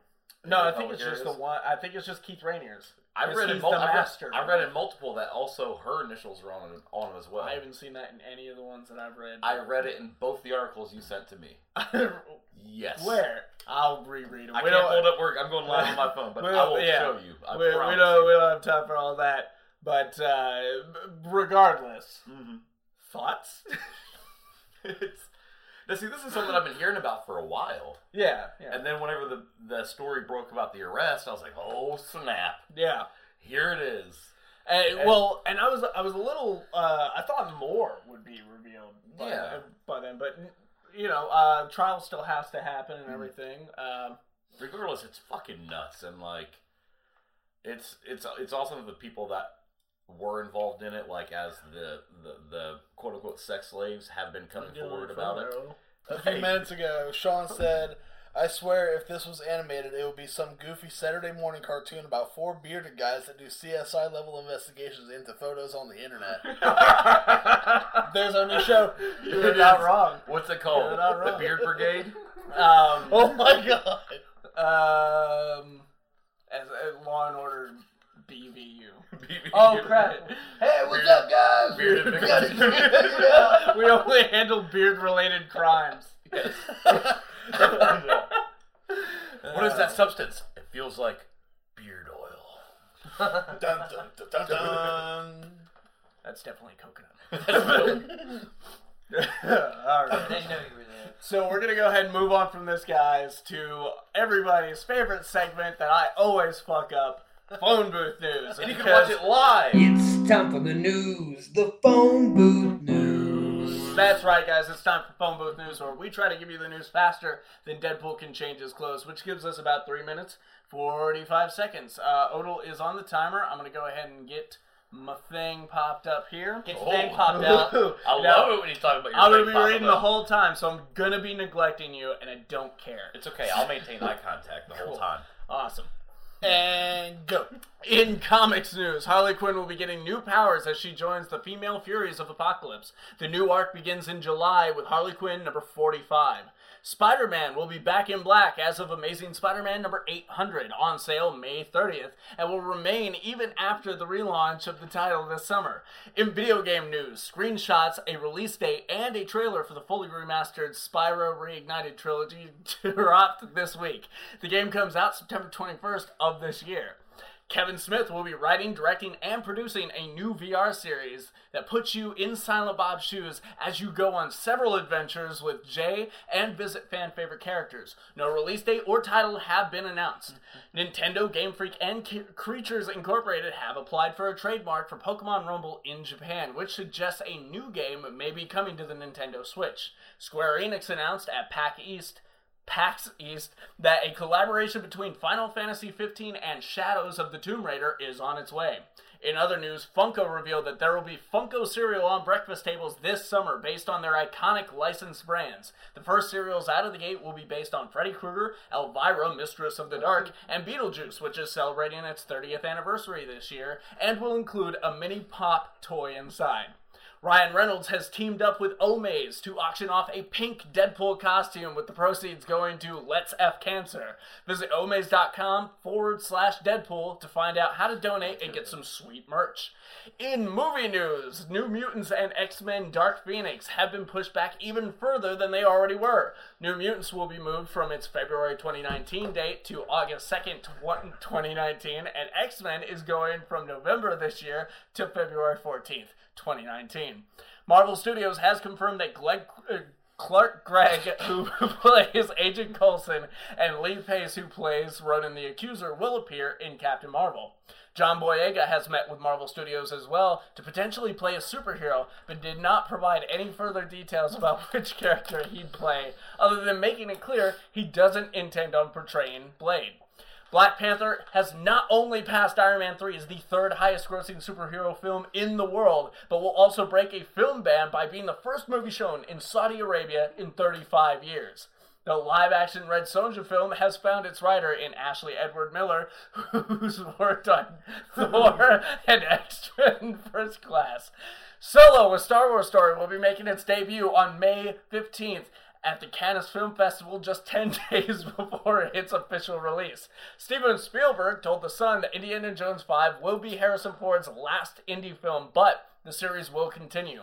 in No, the I think public it's just the areas? one. I think it's just Keith Rainier's. I Because read in he's mul- the I read- master. I read in multiple that also her initials were on on it as well. I haven't seen that in any of the ones that I've read. I read it in both the articles you sent to me. Yes. <laughs> Where? I'll reread it. I We can't don't- hold up work. I'm going live on my phone, but We I don't- will yeah. show you. I we, we promise don't we you. don't have time for all that. But uh, b- regardless, Mhm. thoughts? <laughs> It's, now, see, this is something I've been hearing about for a while, yeah, yeah, and then whenever the the story broke about the arrest, I was like, "Oh snap! yeah. Here it is." And- And- well, and I was I was a little uh, I thought more would be revealed by, Yeah. by then, but you know, uh, trial still has to happen and everything. Um, Regardless, it's fucking nuts, and like, it's it's it's also the people that were involved in it, like as the the, the quote unquote sex slaves, have been coming forward about it. <laughs> A few minutes ago, Sean said, I swear if this was animated, it would be some goofy Saturday morning cartoon about four bearded guys that do CSI level investigations into photos on the internet. <laughs> There's our new show. You're not wrong. What's it called? You're not The wrong. Beard <laughs> Brigade. Um, Oh my god. Um, as, as Law and Order BVU. Oh, <laughs> crap. Hey, what's up, guys? Bearded We Big gotta- Brother. we only handle beard related crimes. <laughs> <laughs> What is Uh, that substance? It feels like beard oil. Dun, dun, dun, dun, dun. That's definitely <laughs> coconut. They Alright. know you were there. So we're gonna go ahead and move on from this, guys, to everybody's favorite segment that I always fuck up. Phone booth news. and you can watch it live. It's time for the news, the phone booth news. That's right, guys. It's time for Phone Booth News, where we try to give you the news faster than Deadpool can change his clothes, which gives us about three minutes 45 seconds. Uh, Odal is on the timer. I'm going to go ahead and get my thing popped up here. Get Oh. your thing popped out. I Now, love it when you talk about your I'm going to thing be popping reading up. the whole time, so I'm going to be neglecting you, and I don't care. It's okay. I'll maintain eye contact the whole Cool. time. Awesome. And go. In comics news, Harley Quinn will be getting new powers as she joins the female Furies of Apocalypse. The new arc begins in July with Harley Quinn number 45. Spider Man will be back in black as of Amazing Spider Man number 800 on sale May 30th and will remain even after the relaunch of the title this summer. In video game news, screenshots, a release date, and a trailer for the fully remastered Spyro Reignited trilogy <laughs> dropped this week. The game comes out September 21st of this year. Kevin Smith will be writing, directing, and producing a new VR series that puts you in Silent Bob's shoes as you go on several adventures with Jay and visit fan favorite characters. No release date or title have been announced. Nintendo, Game Freak, and C- Creatures Incorporated have applied for a trademark for Pokemon Rumble in Japan, which suggests a new game may be coming to the Nintendo Switch. Square Enix announced at PAX East PAX East that a collaboration between Final Fantasy XV and Shadows of the Tomb Raider is on its way. In other news, Funko revealed that there will be Funko cereal on breakfast tables this summer based on their iconic licensed brands. The first cereals out of the gate will be based on Freddy Krueger, Elvira, Mistress of the Dark, and Beetlejuice, which is celebrating its 30th anniversary this year, and will include a mini pop toy inside. Ryan Reynolds has teamed up with Omaze to auction off a pink Deadpool costume with the proceeds going to Let's F Cancer. Visit omaze.com forward slash Deadpool to find out how to donate and get some sweet merch. In movie news, New Mutants and X Men Dark Phoenix have been pushed back even further than they already were. New Mutants will be moved from its February 2019 date to August 2nd, tw- 2019, and X Men is going from November this year to February 14th. 2019. Marvel Studios has confirmed that Glenn, uh, Clark Gregg, who <laughs> plays Agent Coulson, and Lee Pace, who plays Ronan the Accuser, will appear in Captain Marvel. John Boyega has met with Marvel Studios as well to potentially play a superhero, but did not provide any further details about <laughs> which character he'd play, other than making it clear he doesn't intend on portraying Blade. Black Panther has not only passed Iron Man 3 as the third highest grossing superhero film in the world, but will also break a film ban by being the first movie shown in Saudi Arabia in 35 years. The live action Red Sonja film has found its writer in Ashley Edward Miller, <laughs> who's worked on <laughs> Thor and X Men First Class. Solo, a Star Wars story, will be making its debut on May 15th at the Cannes Film Festival just <laughs> 10 days before its official release. Steven Spielberg told The Sun that Indiana Jones 5 will be Harrison Ford's last indie film, but the series will continue.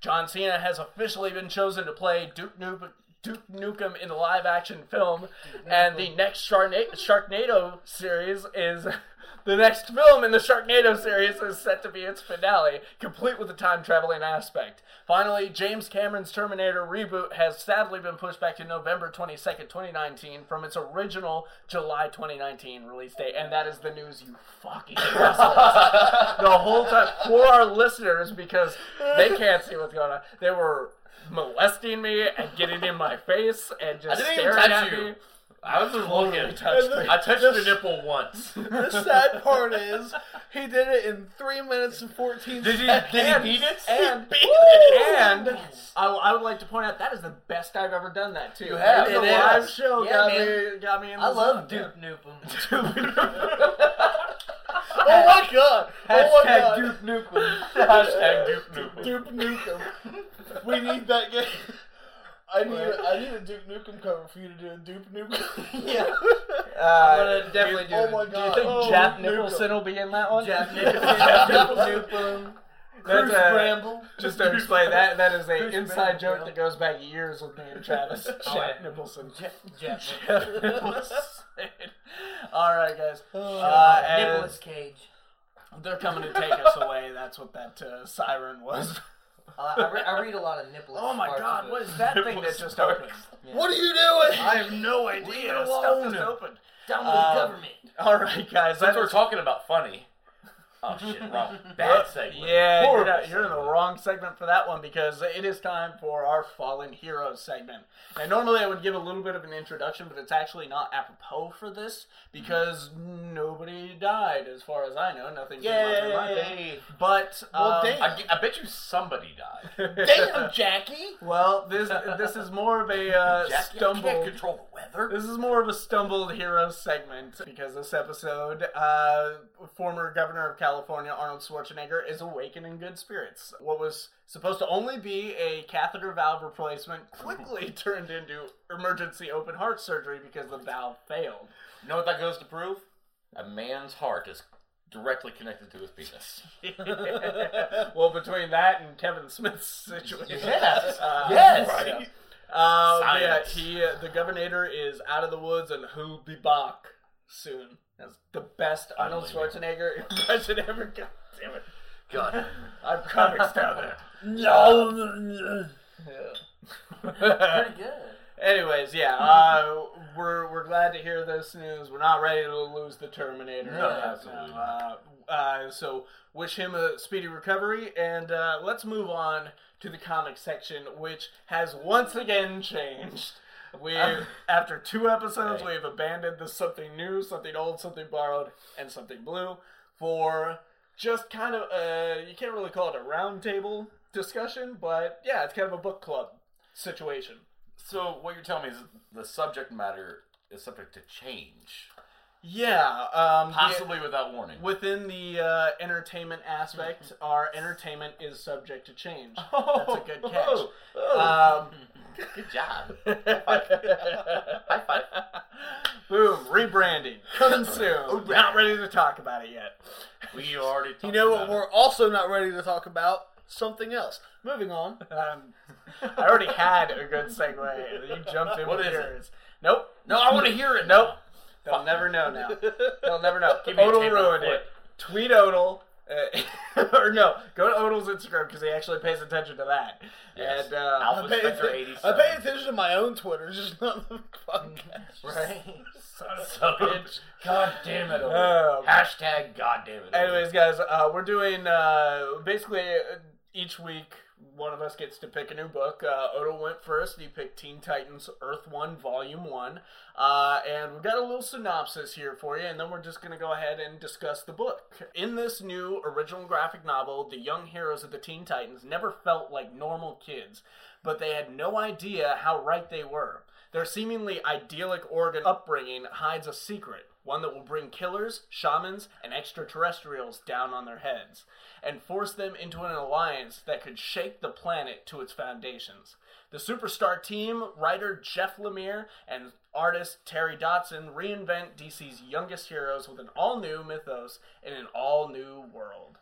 John Cena has officially been chosen to play Duke Nukem. Duke Nukem in the live-action film, and the next Sharna- Sharknado series is <laughs> the next film in the Sharknado series is set to be its finale, complete with a time traveling aspect. Finally, James Cameron's Terminator reboot has sadly been pushed back to November 22nd, 2019, from its original July 2019 release date, and that is the news you <laughs> fucking assholes. the whole time for our listeners because they can't see what's going on. They were molesting me and getting in my face and just I didn't even staring at touch you. me. I was just looking. touched me. I touched your nipple <laughs> once. The sad part is he did it in three minutes and fourteen Did you? seconds. Did he beat it? And, and I, I would like to point out that is the best I've ever done that too. You have. the It is. live show Yeah, got man. me got me in. <laughs> I the love zone. Duke Nukem. <laughs> <laughs> Oh my god! oh my Hashtag god! Duke Nukem. <laughs> Hashtag Duke Nukem. Duke Nukem. We need that game. I need I need a Duke Nukem cover for you to do a Duke Nukem. <laughs> yeah. I'm Uh, gonna definitely do. oh my Duke god! do you think oh, Jack Nukem. Nicholson will be in that one? <laughs> Jack Nicholson, <laughs> Duke Nukem. uh, That's Bruce a- Bramble. Just to explain that, that is a Who's inside better, joke Bill? that goes back years with me and <laughs> Travis. Oh, Jack yeah. Nicholson. <laughs> Jack, Jack Jack <laughs> Nicholson. All right, guys. Oh. Uh, and Nicholas Cage. they're coming to take us away. That's what that uh, siren was. Uh, I, re- I read a lot of Nicholas. Oh my Sparks God! What <laughs> books. is that thing that Nicholas just Sparks. opened? What are you doing? I have no idea. Leave it Stuff alone. just opened. Down with Um, the government. All right, guys. Since That we're was, talking about funny, Oh <laughs> shit, wrong. Bad segment. Uh, Yeah, you're, Horrible not- you're in the segment. wrong segment for that one because it is time for our fallen heroes segment. Now, normally I would give a little bit of an introduction, but it's actually not apropos for this because nobody died, as far as I know. Nothing came up in my thing. Yay. But Well, um, damn. I, I bet you somebody <laughs> died. Damn, Jackie. well, this this is more of a <laughs> uh, Jackie, I can't stumble. control the weather. This is more of a stumbled hero segment because this episode, uh, former governor of California Arnold Schwarzenegger is awakened in good spirits. What was supposed to only be a catheter valve replacement <laughs> quickly turned into emergency open heart surgery because the valve <laughs> failed. <laughs> You know what that goes to prove? A man's heart is directly connected to his penis. well, between that and Kevin Smith's situation, Yes. uh, Yes. yeah. Uh, but yeah, Science. he, uh, the governor is out of the woods and who'll be back soon. That's the best Arnold Unbelievable. Schwarzenegger <laughs> impression ever. God damn it. God, I'm comics down there. No. <laughs> Pretty good. Anyways, yeah, uh, we're we're glad to hear this news. We're not ready to lose the Terminator. No, absolutely Uh, uh, so wish him a speedy recovery, and uh, let's move on to the comic section, which has once again changed. <laughs> We after two episodes, Uh, Hey. we have abandoned the something new, something old, something borrowed, and something blue for just kind of uh, you can't really call it a roundtable discussion, but yeah, it's kind of a book club situation. So what you're telling me is the subject matter is subject to change, Yeah, um, possibly without warning. the- within the uh, entertainment aspect, Mm-hmm. our entertainment is subject to change. That's a good catch. Oh, <laughs> oh. Um, good job. <laughs> High five. Um, Boom, rebranding. Coming Oh, soon. Not ready to talk about it yet. We already. You talked know about what? it. We're also not ready to talk about something else. Moving on. Um, I already had a good segue. You jumped in What with is it? yours. Nope. No, I want to hear it. Nope. now. They'll never know <laughs> now. They'll never know. Give me a Odell tape real ruined it. Tweet Odell. Uh, <laughs> or no, go to Odell's Instagram because he actually pays attention to that. Yes. And uh, Alpha I pay, Spectre atten- I 87. pay attention to my own Twitter, just not the podcast. Right? Son of a bitch. God damn it. Oh. Hashtag God damn it. anyways, guys, uh, we're doing uh, basically uh, each week. One of us gets to pick a new book. Uh, Odell went first. He picked Teen Titans Earth One, Volume One, uh, and we've got a little synopsis here for you, and then we're just gonna go ahead and discuss the book. In this new original graphic novel, the young heroes of the Teen Titans never felt like normal kids, but they had no idea how right they were. Their seemingly idyllic Oregon upbringing hides a secret, one that will bring killers, shamans, and extraterrestrials down on their heads, and force them into an alliance that could shake the planet to its foundations. The superstar team, writer Jeff Lemire and artist Terry Dotson reinvent DC's youngest heroes with an all new mythos in an all new world.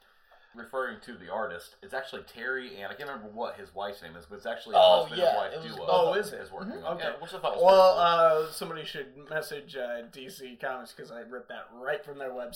referring to the artist, it's actually Terry and I can't remember what his wife's name is, but it's actually a Oh, husband yeah, and it wife was- duo. oh, is it? Is working Mhm, on okay. yeah, which I thought was Well, pretty uh, somebody should message uh, DC Comics because I ripped that right from their cool.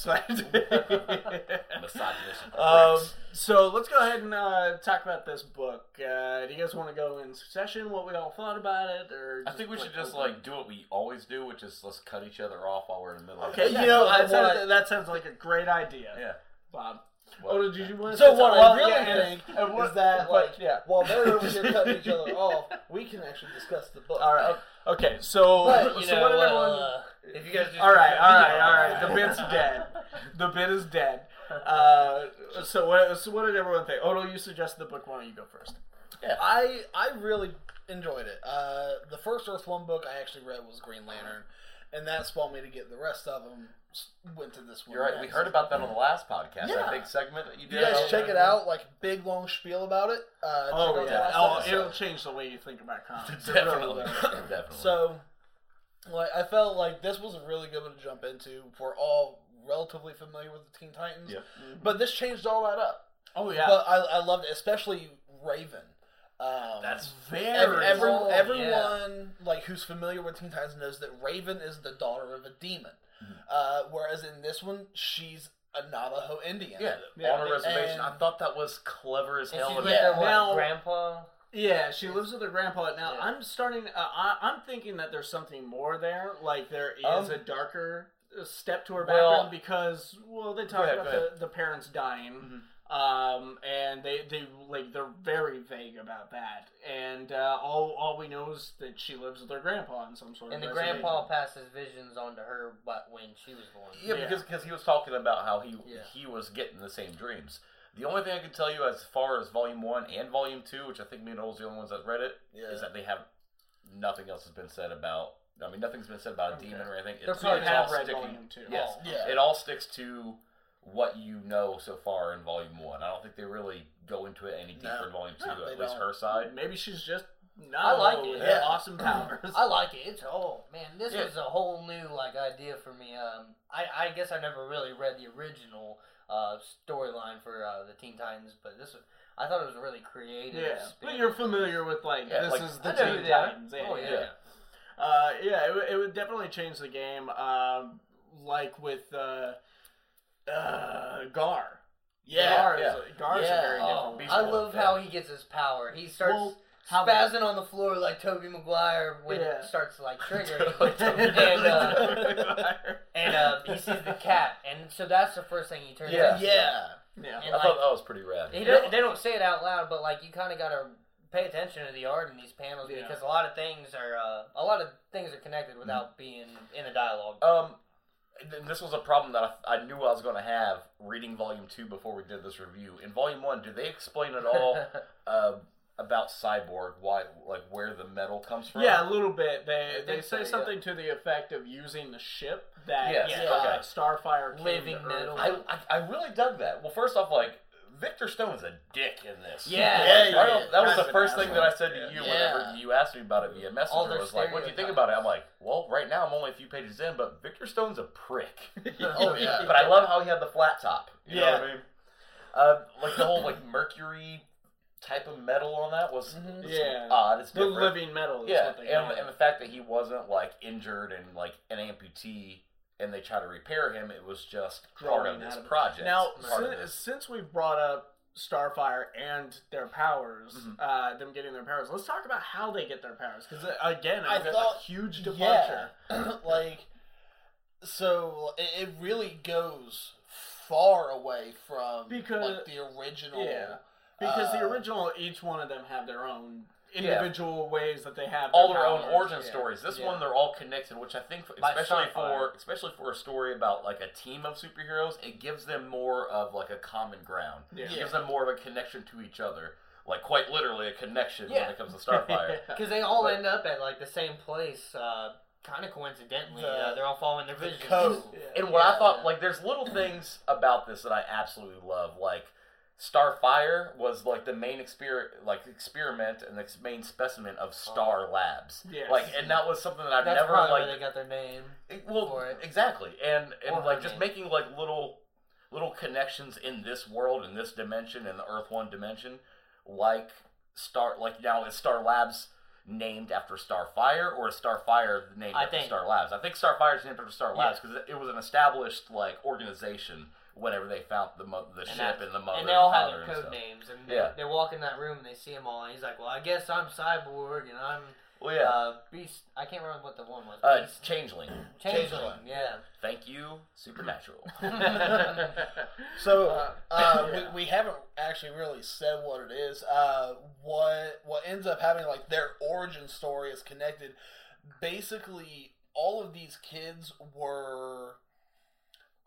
website. misogynistic. uh, um, pricks. so let's go ahead and uh, talk about this book. Uh, do you guys want to go in succession? What we all thought about it, or I think we should just like do what we always do, which is let's cut each other off while we're in the middle. of Okay, it. you know that Yeah, what- sounds, that sounds like a great idea, yeah. Bob. Well, oh, did you want to So what I really and, think and what- is that, but, like, yeah. While they're over here cutting <laughs> each other off, we can actually discuss the book. All right. Okay. So, But, You so know what did what, everyone? uh, if you guys just all right. All right. All alright. right. The <laughs> bit's dead. The bit is dead. Uh, so what? So what did everyone think? Odo, you suggested the book. Why don't you go first? I I really enjoyed it. Uh, the first Earth One book I actually read was Green Lantern, and that spawned me to get the rest of them. Went to this one. You're right. We next. heard about that on the last podcast. Yeah. That big segment that you You did. guys about- check it out. Like big long spiel about it. Uh, check Oh out the yeah. last Oh, episode. it'll change the way you think about comics. It really <laughs> Definitely. will. Definitely. So, like, I felt like this was a really good one to jump into. We're all relatively familiar with the Teen Titans, Yeah. but this changed all that up. Oh yeah. But I, I loved it, especially Raven. Um, that's Ev- very every- Oh, everyone like who's familiar with Teen Titans knows that Raven is the daughter of a demon, Mhm. uh, whereas in this one she's a Navajo Indian. yeah, Yeah. on a reservation. And- I thought that was clever as And she's hell. with and- Yeah. their what, Now- grandpa? Yeah, she lives with her grandpa now. Yeah. I'm starting. Uh, I, I'm thinking that there's something more there. Like there is Um, a darker step to her Well- background because well they talk ahead, about go ahead. the, the parents dying um, and they they like they're very vague about that and uh, all all we know is that she lives with her grandpa in some sort And of the residential- grandpa passes visions on to her, but when she was born. Yeah, Yeah. because because he was talking about how he Yeah. he was getting the same dreams. The only thing I can tell you as far as volume one and volume two, which I think me and Noel's the only ones that read it, is Yeah. that they have nothing else has been said about. I mean, nothing's been said about Okay. a demon or anything. They're It's, So you probably it's all have read sticking. volume two Yes. Oh, Yeah. It all sticks to what you know so far in volume one. I don't think they really go into it any deeper No. in volume two. No, at they least don't. her <laughs> side. maybe she's just not I like it. with Yeah. awesome powers I like it. It's oh man, this Yeah. was a whole new like idea for me. Um, I I guess I never really read the original uh storyline for uh, the Teen Titans, but this was, I thought it was a really creative. yeah spin. but you're familiar with like Yeah, this like- is I the know Teen they are. Titans yeah, Oh, yeah. yeah. yeah. Uh, yeah, it, would- it would definitely change the game. Um, like with uh, uh, Gar. Yeah. Gar is, Gar is Yeah. a very Oh, different beast. I Boy, love yeah. how he gets his power. He starts Well, how they- spazzing on the floor like Toby Maguire when Yeah. it starts like Totally triggering. Tobey <laughs> and uh, Maguire. and uh, he sees the cat, and so that's the first thing he turns. Yeah. into. <laughs> Yeah. yeah. And I thought uh, like, that was pretty rad. They don't, they don't say it out loud, but like you kind of gotta pay attention to the art in these panels Yeah. because a lot of things are uh, a lot of things are connected without being in a dialogue. <laughs> Um, th- this was a problem that I, I knew I was going to have reading Volume Two before we did this review. In Volume One, do they explain at <laughs> all uh, about Cyborg? Why, like, where the metal comes from? Yeah, a little bit. They I they think say so, something to the effect of using the ship that Yes, yeah, okay. uh, Starfire came Living to Earth. metal. I, <laughs> I I really dug that. Well, first off, like Victor Stone's a dick in this. Yeah. Like, Yeah, yeah, I don't- yeah. That Kind was of the an first thing that I said to asshole. you Yeah. whenever you asked me about it via All messenger. their Was like, what do you think about it? I'm like, well, right now I'm only a few pages in, but Victor Stone's a <laughs> prick. Oh, yeah. <laughs> But I love how he had the flat top. You know what I Yeah. mean? Uh, like the whole like mercury type of metal on that was, Mm-hmm. Mhm. was Yeah. odd. It's The different. living metal. Is yeah, What they and, call and the it. fact that he wasn't like injured and like an amputee, and they try to repair him, it was just part Growing of this out of it. project. Now, part of since, this. since we've brought up Starfire and their powers, Mhm. uh, them getting their powers, let's talk about how they get their powers. Because again, I I've got thought- a huge Yeah. departure. <clears throat> like so it, it really goes far away from Because- like the original Yeah. Because the Uh, original, each one of them have their own individual ways that they have all their own powers. origin <laughs> yeah. stories. This Yeah. one, they're all connected, which I think, By especially Starfire. for especially for a story about like a team of superheroes, it gives them more of like a common ground. Yeah. It gives them more of a connection to each other, like quite literally a connection Yeah. when it comes <laughs> to Starfire. Yeah. Because they all But- end up at like the same place, uh, kind of coincidentally. The- uh, they're all following their the visions. code. And what I Yeah. thought, like, there's little things about this that I absolutely love. Like, Starfire was like the main exper- like experiment and the ex- main specimen of Star Labs. Yes. Like, and that was something that I've That's never probably like where they got their name. It- well, for it. exactly, and and Or like her just name. making like little little connections in this world, in this dimension, in the Earth One dimension, like Star, like now is Star Labs named after Starfire or is Starfire named I after think- Star Labs? I think Starfire is named after Star Yeah. Labs because it was an established like organization whenever they found the mo- the ship that's- and the mother and they all have father their and code stuff. names, and Yeah. they, they walk in that room and they see them all. And he's like, "Well, I guess I'm Cyborg, and I'm Well, yeah, uh, Beast. I can't remember what the one was. uh, Beast, Changeling. Changeling, Changeling. <laughs> yeah." <laughs> Uh, Thank you, <clears throat> Supernatural. so Uh, uh, <laughs> yeah. we, we haven't actually really said what it is uh what what ends up happening like their origin story is connected basically all of these kids were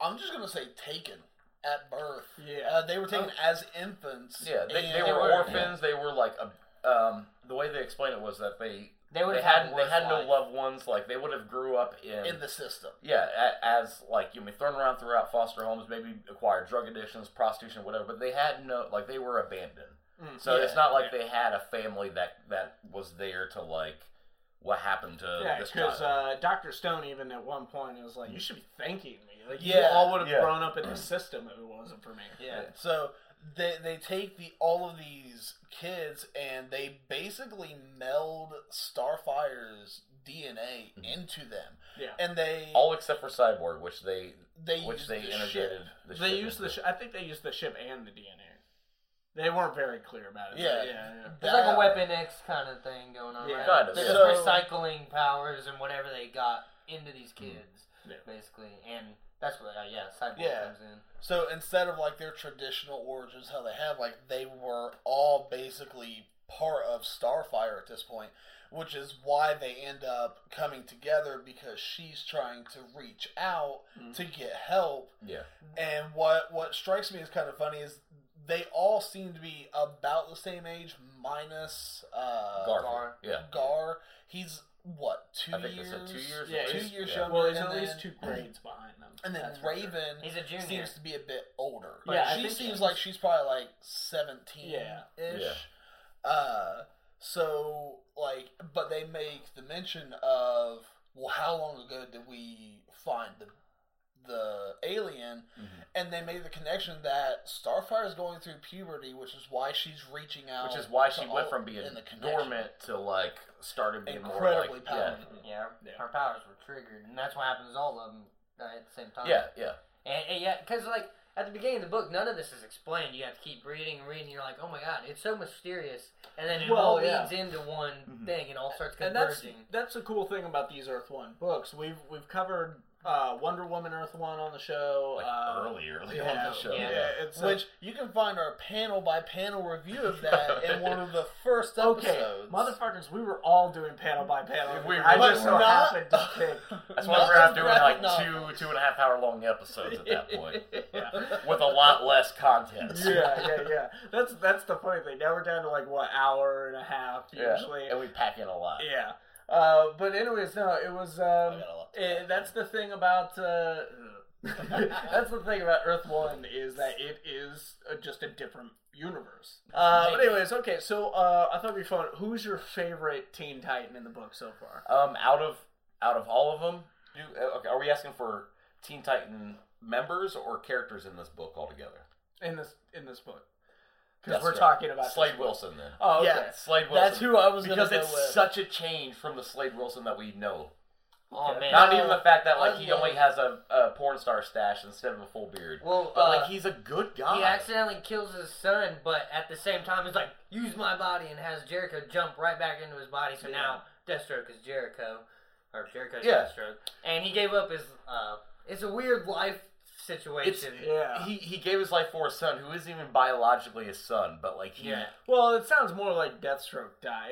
i'm just gonna say taken at birth yeah. uh, they were taken Oh. as infants Yeah, they, and- they were orphans. They were like a, um, the way they explained it was that they They would they have had had they had no love. loved ones. Like they would have grew up in, in the system yeah a, as like you mean thrown around throughout foster homes, maybe acquired drug addictions, prostitution, whatever. But they had no like they were abandoned. Mm. So Yeah. it's not like they had a family that that was there to like what happened to Yeah, this because child. uh, Doctor Stone even at one point was like, "You should be thanking me. Like, you Yeah, all would have Mm. yeah. grown up in <clears throat> the system if it wasn't for me." Yeah. So they they take the all of these kids and they basically meld Starfire's DNA Mhm. into them, Yeah. and they all except for Cyborg, which they uh, they which use they the integrated. ship. The they ship used the. into. Sh- I think they used the ship and the DNA. They weren't very clear about it. but Yeah. yeah, yeah. It's like a Weapon X kind of thing going on, Yeah. right? Kind of, They're yeah. just So- Mm. recycling powers and whatever they got into these kids. Yeah. basically, and that's what uh, yeah, Cyborg Yeah. comes in. So instead of like their traditional origins, how they have, like they were all basically part of Starfire at this point, which is why they end up coming together because she's trying to reach out Mhm. to get help. Yeah. And what what strikes me as kind of funny is they all seem to be about the same age, minus uh, Garfield. Gar. Yeah. Gar. He's what two I think they years? said two years. Yeah, Two he's- years yeah. younger. Well, there's and at least then- two grades behind them. And then that's for sure. Raven He's a junior. seems to be a bit older. Like, Yeah, I she think seems so. like she's probably like seventeen Yeah. ish. Yeah. Uh, so like, but they make the mention of well, how long ago did we find the the alien? Mhm. And they made the connection that Starfire is going through puberty, which is why she's reaching out. Which is why she to went all- from being in the connection. dormant to like started being Incredibly more like powerful. Yeah. Yeah. her powers were triggered, and that's what happens to all of them uh, at the same time. Yeah, yeah, and, and yeah, because like at the beginning of the book, none of this is explained. You have to keep reading and reading. You're like, oh my god, it's so mysterious, and then it Well, all yeah. Mm-hmm. leads into one Mhm. thing, and all starts And that's converging. that's the cool thing about these Earth One books. We've we've covered uh, Wonder Woman Earth One on the show. like uh, early, early yeah, on in the show. Yeah, yeah. it's Which you can find our panel by panel review <laughs> of that in one of the first episodes. okay, motherfuckers. We were all doing panel by panel. We I were, just but so not- happened to pick. That's why Not we're out just doing like graphic two, two and a half hour long episodes at <laughs> that point, <laughs> yeah. with a lot less content. yeah, yeah, yeah. That's that's the funny thing. Now we're down to like what hour and a half Yeah, usually. and we pack in a lot. Yeah. Uh, but anyways, no, it was. I Um, got a lot to it, say. that's the thing about. Uh, <laughs> that's the thing about Earth One is that it is uh just a different universe. Uh, but anyways, okay. So uh, I thought it'd be fun. Who's your favorite Teen Titan in the book so far? Um, out of out of all of them, do uh, okay, are we asking for Teen Titan members or characters in this book altogether? In this in this book, because That's we're right. talking about this Slade book. Wilson then. Oh, okay. Yeah. Slade Wilson. That's who I was going to because go it's with. such a change from the Slade Wilson that we know. Oh man, Not even the fact that like I he love- only has a, a porn star stash instead of a full beard. well, But uh, like he's a good guy. Uh-huh. He accidentally kills his son, but at the same time, he's like, use my body, and has Jericho jump right back into his body. So now Deathstroke is Jericho, or Jericho's Yeah. Deathstroke, and he gave up his. Uh, it's a weird life situation. Yeah. He he gave his life for his son, who isn't even biologically his son, but like he yeah, Well, it sounds more like Deathstroke die,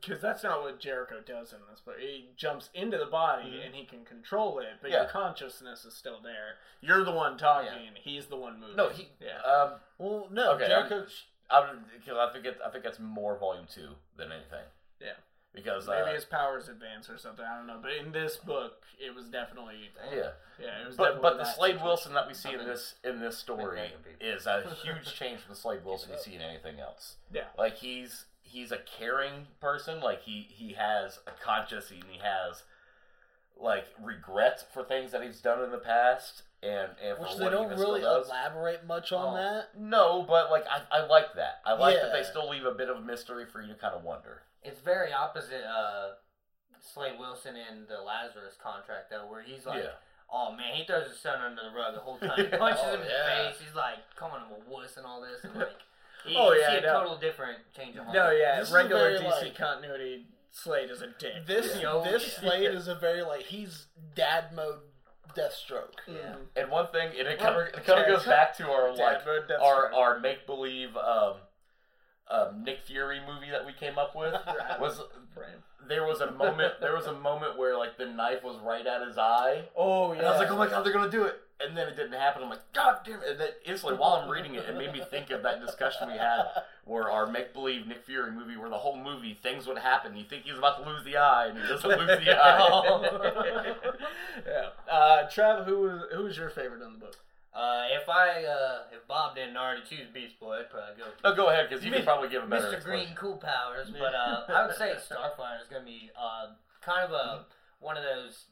because that's not what Jericho does in this. But he jumps into the body Mhm. and he can control it, but Yeah. your consciousness is still there. You're the one talking. He's the one moving. no he yeah. um Well, no, okay Jericho. I'm, I'm, because I think it, I think that's more volume two than anything Yeah. because uh, Maybe his powers advance or something. I don't know. But in this book, it was definitely yeah yeah. It was but definitely but the that Slade situation. Wilson that we see in I've this in this story been begging people. <laughs> is a huge change from the Slade Wilson we up. see in anything else Yeah. like he's he's a caring person like he he has a conscience and he has like regrets for things that he's done in the past and and for Which what they don't he still really does. elaborate much on Oh. that. No, but like I, I like that. I like that they Yeah. still leave a bit of mystery for you to kind of wonder. it's very opposite. Uh, Slade Wilson and the Lazarus contract though, where he's like, yeah, "Oh man, he throws his son under the rug the <laughs> whole time. He punches Oh, him in yeah. the face. He's like calling him a wuss and all this." And like, <laughs> you, Oh, you yeah, see I a know. total different change of heart. No, yeah. This is a regular very, DC like- continuity. Slade is a dick. This yeah. <laughs> this Yeah. Slade is a very like he's dad mode Deathstroke. Yeah. and one thing, and it Well, kind of it kind of yeah, goes back to our like Dad mode Deathstroke. our our make believe um, um, Nick Fury movie that we came up <laughs> with was Right. there was a moment there was a moment where like the knife was right at his eye, Oh yeah. and I was like, oh my god, they're gonna do it, and then it didn't happen. I'm like, god damn it! And then instantly, while I'm reading it, it made me think of that discussion we had where our make believe Nick Fury movie, where the whole movie things would happen. You think he's about to lose the eye, and <laughs> he doesn't lose <laughs> the eye. yeah. Uh, Trav, who was who was your favorite in the book? Uh, if I uh, if Bob didn't already choose Beast Boy, I'd probably go with no, go ahead because you can probably give a better Mr. Green explanation. Cool Powers. But uh, I would <laughs> say Starfire is gonna be uh, kind of a one of those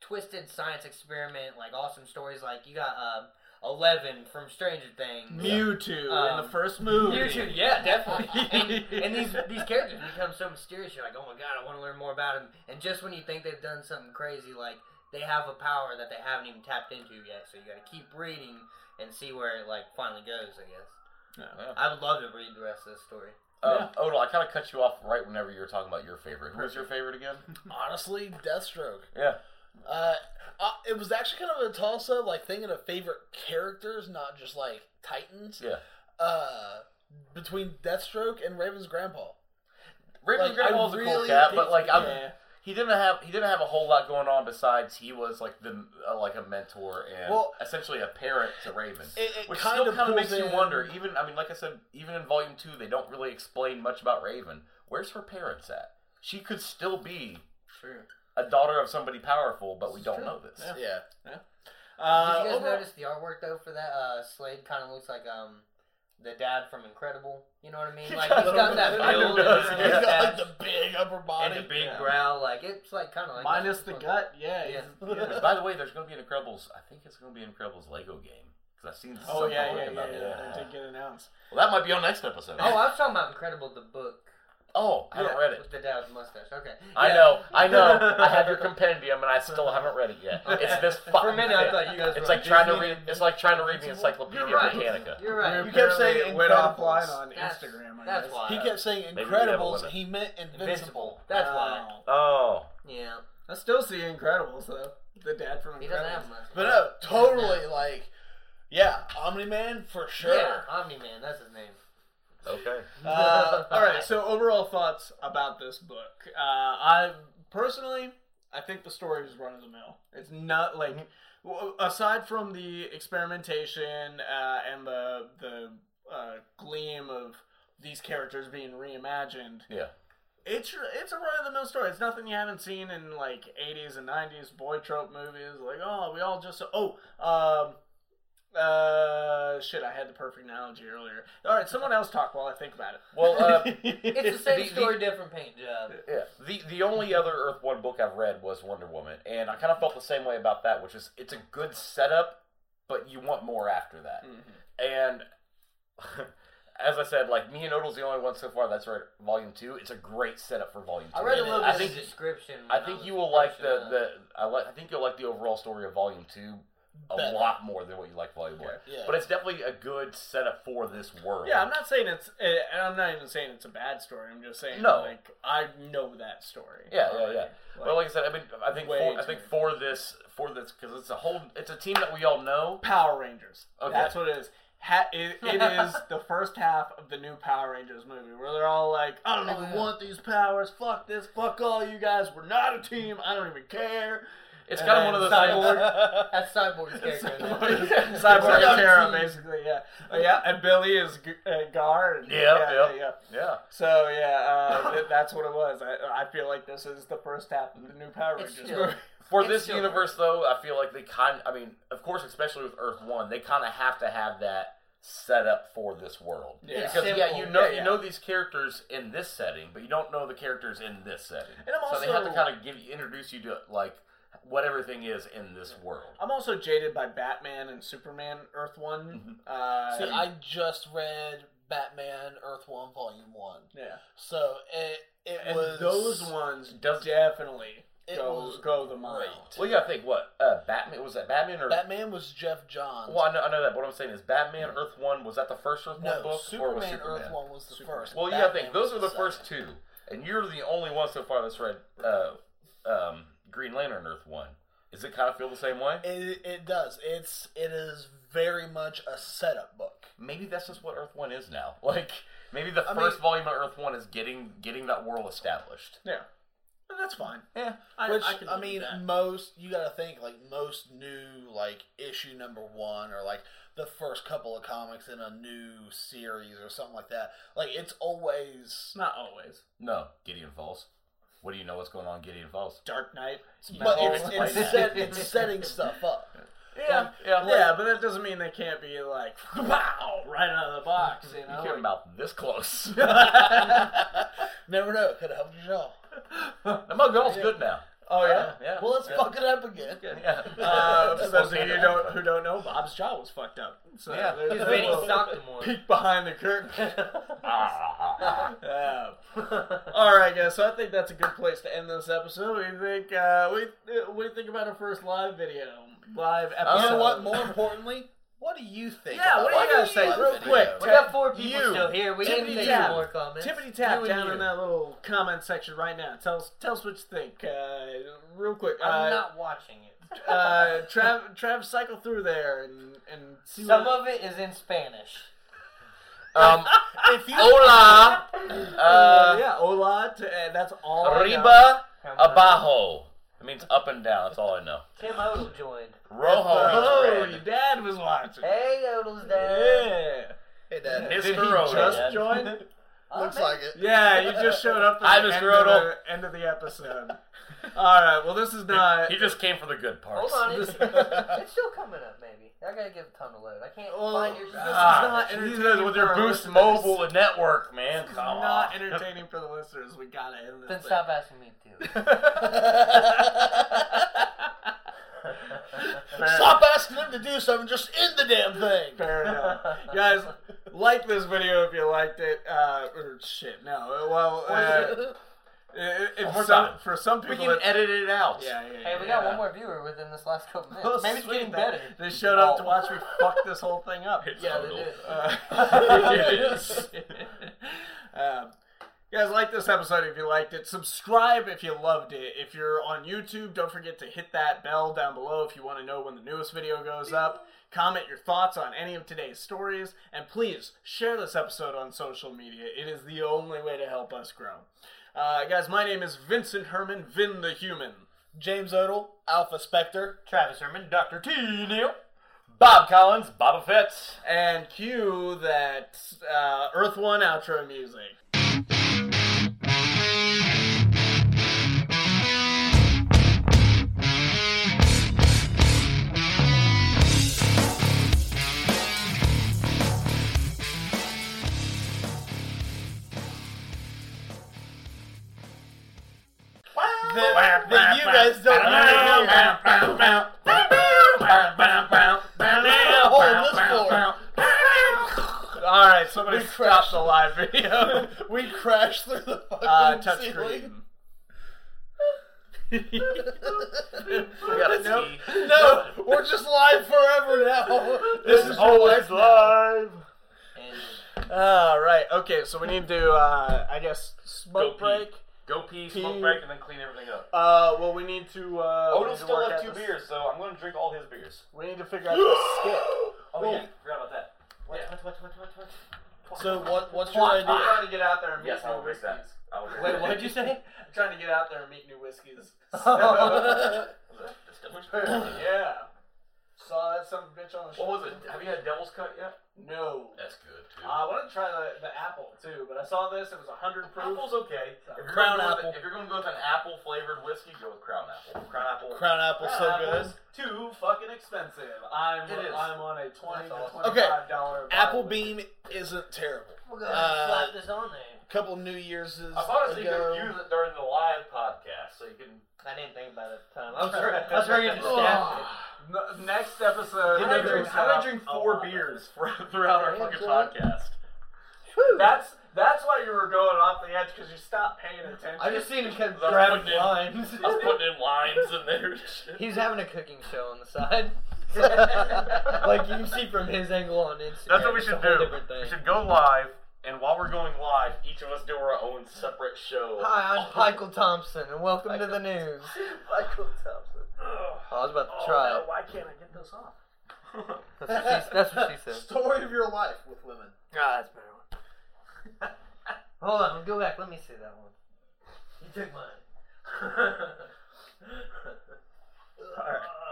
twisted science experiment like awesome stories. Like you got uh, Eleven from Stranger Things. Mewtwo in Um, the first movie. YouTube, yeah, definitely. <laughs> and, and these these characters become so mysterious. You're like, oh my god, I want to learn more about them. And just when you think they've done something crazy, like they have a power that they haven't even tapped into yet. So you got to keep reading and see where it like finally goes. I guess. Yeah. I would love to read the rest of this story. Um, Odell, I kind of <laughs> cut you off right whenever you were talking about your favorite. Who was your favorite again? Honestly, Deathstroke. Yeah. Uh, uh, it was actually kind of a toss up, like thinking of favorite characters, not just like Titans. Yeah. Uh, between Deathstroke and Raven's grandpa. Raven Like, Grandpa I was a cool really cat, think- but like I'm, yeah. he didn't have he didn't have a whole lot going on besides he was like the uh, like a mentor and Well- essentially a parent to Raven. It, it Which kind still of kind of makes pulls you in- wonder. Even I mean, like I said, even in Volume Two, they don't really explain much about Raven. Where's her parents at? She could still be True. a daughter of somebody powerful, but we It's don't true. know this. Yeah. Yeah. Uh, Did you guys overall- notice the artwork though for that? Uh, Slade kind of looks like um the dad from Incredible. You know what I <laughs> mean? Like he's got that I know build it and, does, yeah. everything like He's got that, like the big upper body. and the big Yeah. growl. Like it's like kind of <laughs> like minus the gut. Yeah. Yeah. he's- <laughs> yeah. Which, by the way, there's going to be an Incredibles. I think it's going to be an Incredibles Lego game because I've seen Oh something yeah, like yeah, yeah, about yeah, it. That did get announced. Well, that might be on next episode. Oh, I was talking about Incredible the book <laughs> oh, I haven't Yeah. read it. with the dad with mustache. Okay. I Yeah. know, I know. I have your compendium, and I still haven't read it yet. Okay. It's this fucking. For a minute, I thick. thought you guys. were it's like trying to Disney. read. It's like trying to read the Encyclopedia You're right. Britannica. <laughs> You're right. We You kept saying apparently went Incredibles. offline on That's- Instagram. I that's guess. why. He kept saying Maybe we have a Incredibles. limit. He meant Invincible. Invincible. That's why. Wow. Oh, Yeah. Uh, I still see Incredibles though. The dad from He doesn't Incredibles. have much. But no, totally like, yeah, Omni Man for sure. Yeah, Omni Man. That's his name. okay. Uh, all right. So overall thoughts about this book. Uh, I personally, I think the story is run of the mill. It's not like w- aside from the experimentation uh, and the the uh, gleam of these characters being reimagined. Yeah. It's it's a run of the mill story. It's nothing you haven't seen in like '80s and '90s boy trope movies. Like oh, we all just oh um uh shit. I had the perfect analogy earlier. All right, someone else talk while I think about it. Well, <laughs> uh, <laughs> It's the same The- the- story, different paint job. yeah. The the only other Earth One book I've read was Wonder Woman, and I kind of felt the same way about that, which is it's a good setup, but you want more after that. Hmm. Mm-hmm. And <laughs> as I said, like me and Odell's the only one so far that's read Volume Two. It's a great setup for Volume Two. I read a And little I bit of think the description. I when think was uh, you will like brushing the up. the I, like I think you'll like the overall story of Volume Two a Better. lot more than what you like Volume One. Yeah. But it's definitely a good setup for this world. yeah, I'm not saying it's. eh, And I'm not even saying it's a bad story. I'm just saying No. like I know that story. Yeah, yeah, already. yeah. but like I said, I mean, I think Way for, I too think many. for this for this because it's a whole it's a team that we all know. Power Rangers. Okay. That's what it is. Ha- it, it is the first half of the new Power Rangers movie where they're all like, I Oh, don't even Yeah. want these powers. Fuck this. Fuck all you guys. We're not a team. I don't even care. It's And kind of one of those then things. That's Cyborg's character. Cyborg, <laughs> Cyborg. Cyborg Yeah. and Terra, basically, yeah. Oh, yeah, and Billy is G- uh, Gar. And, Yeah, yeah, yeah. yeah. yeah, So, yeah, uh, th- that's what it was. I, I feel like this is the first half of the new Power It's Rangers still- movie. for It's this still- universe though, I feel like they kind. I mean, of course, especially with Earth One, they kind of have to have that set up for this world. Yeah. Because yeah, Simple. you know Yeah, yeah. you know these characters in this setting, but you don't know the characters in this setting. And I'm so they have to also- kind of give you introduce you to like what everything is in this world. I'm also jaded by Batman and Superman Earth One. Uh, See, I just read Batman Earth One Volume One, yeah, so it it and was those ones Does- definitely It go was go the mile. great. Well, you gotta think what uh, Batman was that Batman or Batman was Jeff Johns. well I know, I know that but what I'm saying is Batman Earth One was that the first Earth no, One book or Superman, was Superman? Earth One was the Superman. first. Well, you gotta Batman think those was are the second. first two, and you're the only one so far that's read uh, um, Green Lantern Earth One. Does it kind of feel the same way? It, it does. It's it is very much a setup book. maybe that's just what Earth One is now. <laughs> Like maybe the I first mean- volume of Earth One is getting getting that world established. Yeah, but that's fine. Yeah. I, Which I, can I, live mean, with that. most you gotta think like most new like issue number one or like the first couple of comics in a new series or something like that. Like it's always not always. No, Gideon Falls. What do you know what's going on in Gideon Falls? Dark Knight, but Metal. it's, Like it's, that. set, it's setting stuff up. yeah, yeah, yeah, but that doesn't mean they can't be like <laughs> wow right out of the box. You You know, came about this <laughs> close. <laughs> <laughs> Never know. Could help your job. the Mugwall's good now. oh yeah. Yeah, yeah. Well, let's yeah. fuck it up again. <laughs> Yeah. Uh, for those of you Okay. who don't, who don't know, Bob's jaw was fucked up. So Yeah. there's <laughs> He's a <laughs> Vinny little Stockton. peek behind the curtain. Ah. Uh, <laughs> all right, guys. So I think that's a good place to end this episode. We think uh, we uh, we think about our first live video, live episode. You know what? More importantly, What do you think? Yeah, about what do you watching guys this say? live Real video? quick. We Ted, got four people you. still here. We Tippity didn't take tap. any more comments. Tippity tap and down you. in that little comment section right now. Tell us, tell us what you think, uh, real quick. I'm Uh, not watching it. <laughs> uh, Trav, Trav, cycle through there and and see Some what. of it is in Spanish. <laughs> <laughs> Um, if you, hola, Uh, uh, yeah, hola. To, uh, that's all. I know. arriba, Come on. abajo. It means up and down. That's all I know. Tim Odell joined. Oh, Rojo means your red. dad was watching. Hey, Odell's dad. Yeah. Hey, Mr. Dad. Did he Odell. just join? Looks Oh, man. like <laughs> it. Yeah, you just showed up Hi, at the Mr. end of, Odell. the end of the episode. All right. Well, this is not. He just came for the good parts. <laughs> Hold <laughs> on, it's, This- it's still coming up. Maybe I gotta give a ton of load. I can't Oh, find your. God. Ah, This is not these entertaining guys with for their our Boost listeners. Mobile network, man. This is Come on. not entertaining for the listeners. We gotta end this. Then thing. stop asking me to. Stop asking him to do something. Just end the damn thing. Fair enough. Guys, like this video if you liked it. Uh, or shit, no. Well, uh, i- if One more some- time. for some We people, can it- edit it out. yeah, yeah, yeah. Hey, we got one more viewer within this last couple minutes. Oh, Maybe it's sweet, getting they- better. They showed up to Oh. watch me fuck this whole thing up. It's Yeah, they total. did. Uh, <laughs> um, guys, like this episode if you liked it. Subscribe if you loved it. If you're on YouTube, don't forget to hit that bell down below if you want to know when the newest video goes up. Comment your thoughts on any of today's stories, and please share this episode on social media. It is the only way to help us grow. Uh, guys, my name is Vincent Herman, Vin the Human. James Odell, Alpha Spectre. Travis Herman, Dr. T. Neil. Bob Collins, Boba Fett. And cue that uh, Earth One outro music. That, that you guys don't want to hear. Hold this floor. All right, somebody We stop crashed. the live video. We crashed through the fucking uh, touch ceiling. screen. We got a Nope. T. No, we're just live <laughs> forever now. This is Always live. All right, okay, so we need to, uh, I guess, smoke Go pee. break. Go pee, Pee. smoke break, and then clean everything up. Uh, well, we need to. Uh, we Odell need to still work left out two this- beers, so I'm going to drink all his beers. We need to figure <gasps> out the skip. Oh, yeah. Forgot about that. What, Yeah. what, what, what, what, what? So what? What's your idea? trying to get out there and meet Yes, I will new drink that. whiskeys. I will drink Wait, that. <laughs> what did you say? <laughs> I'm trying to get out there and meet new <laughs> whiskeys. That's devil's cut. yeah. Saw that some bitch on the What was it? Have you had Devil's Cut yet? Uh, No. That's good, too. I wanted to try the, the apple too, but I saw this. It was 100 proof. Apple's okay. If you're Crown gonna go with- apple. if you're going to go with an apple flavored whiskey, go with Crown Apple. Crown Apple. Crown apple Crown so apple good. is too fucking expensive. I'm It is. I'm on a 20 to 25 That's awesome. Okay. dollar. Apple Beam isn't terrible. We're A gonna slap this on there. couple New Year's ago. I thought you could use it during the live podcast, so you <laughs> can. I didn't think about it at the time. I was, I was ready to <laughs> Ugh. Oh. just stab N- next episode. I we're did gonna drink, set I up did drink a four lot. beers for, <laughs> throughout our fucking podcast. That's that's why you were going off the edge because you stopped paying attention. it. I just seen him kind of That's grabbing what it is. lines. I was putting in lines in there. and <laughs> shit. He was having a cooking show on the side. like you can see from his angle on Instagram. That's what we it's a should whole do. Different thing. We should go live, and while we're going live, each of us do our own separate show. Hi, I'm Michael Thompson, and welcome to the news. Oh, Michael Thompson. I was about Oh. to try it. why can't I get this off? That's what she, that's what she <laughs> said. Story of your life with women. Ah, that's a better one. Hold on, go back. Let me see that one. You took mine.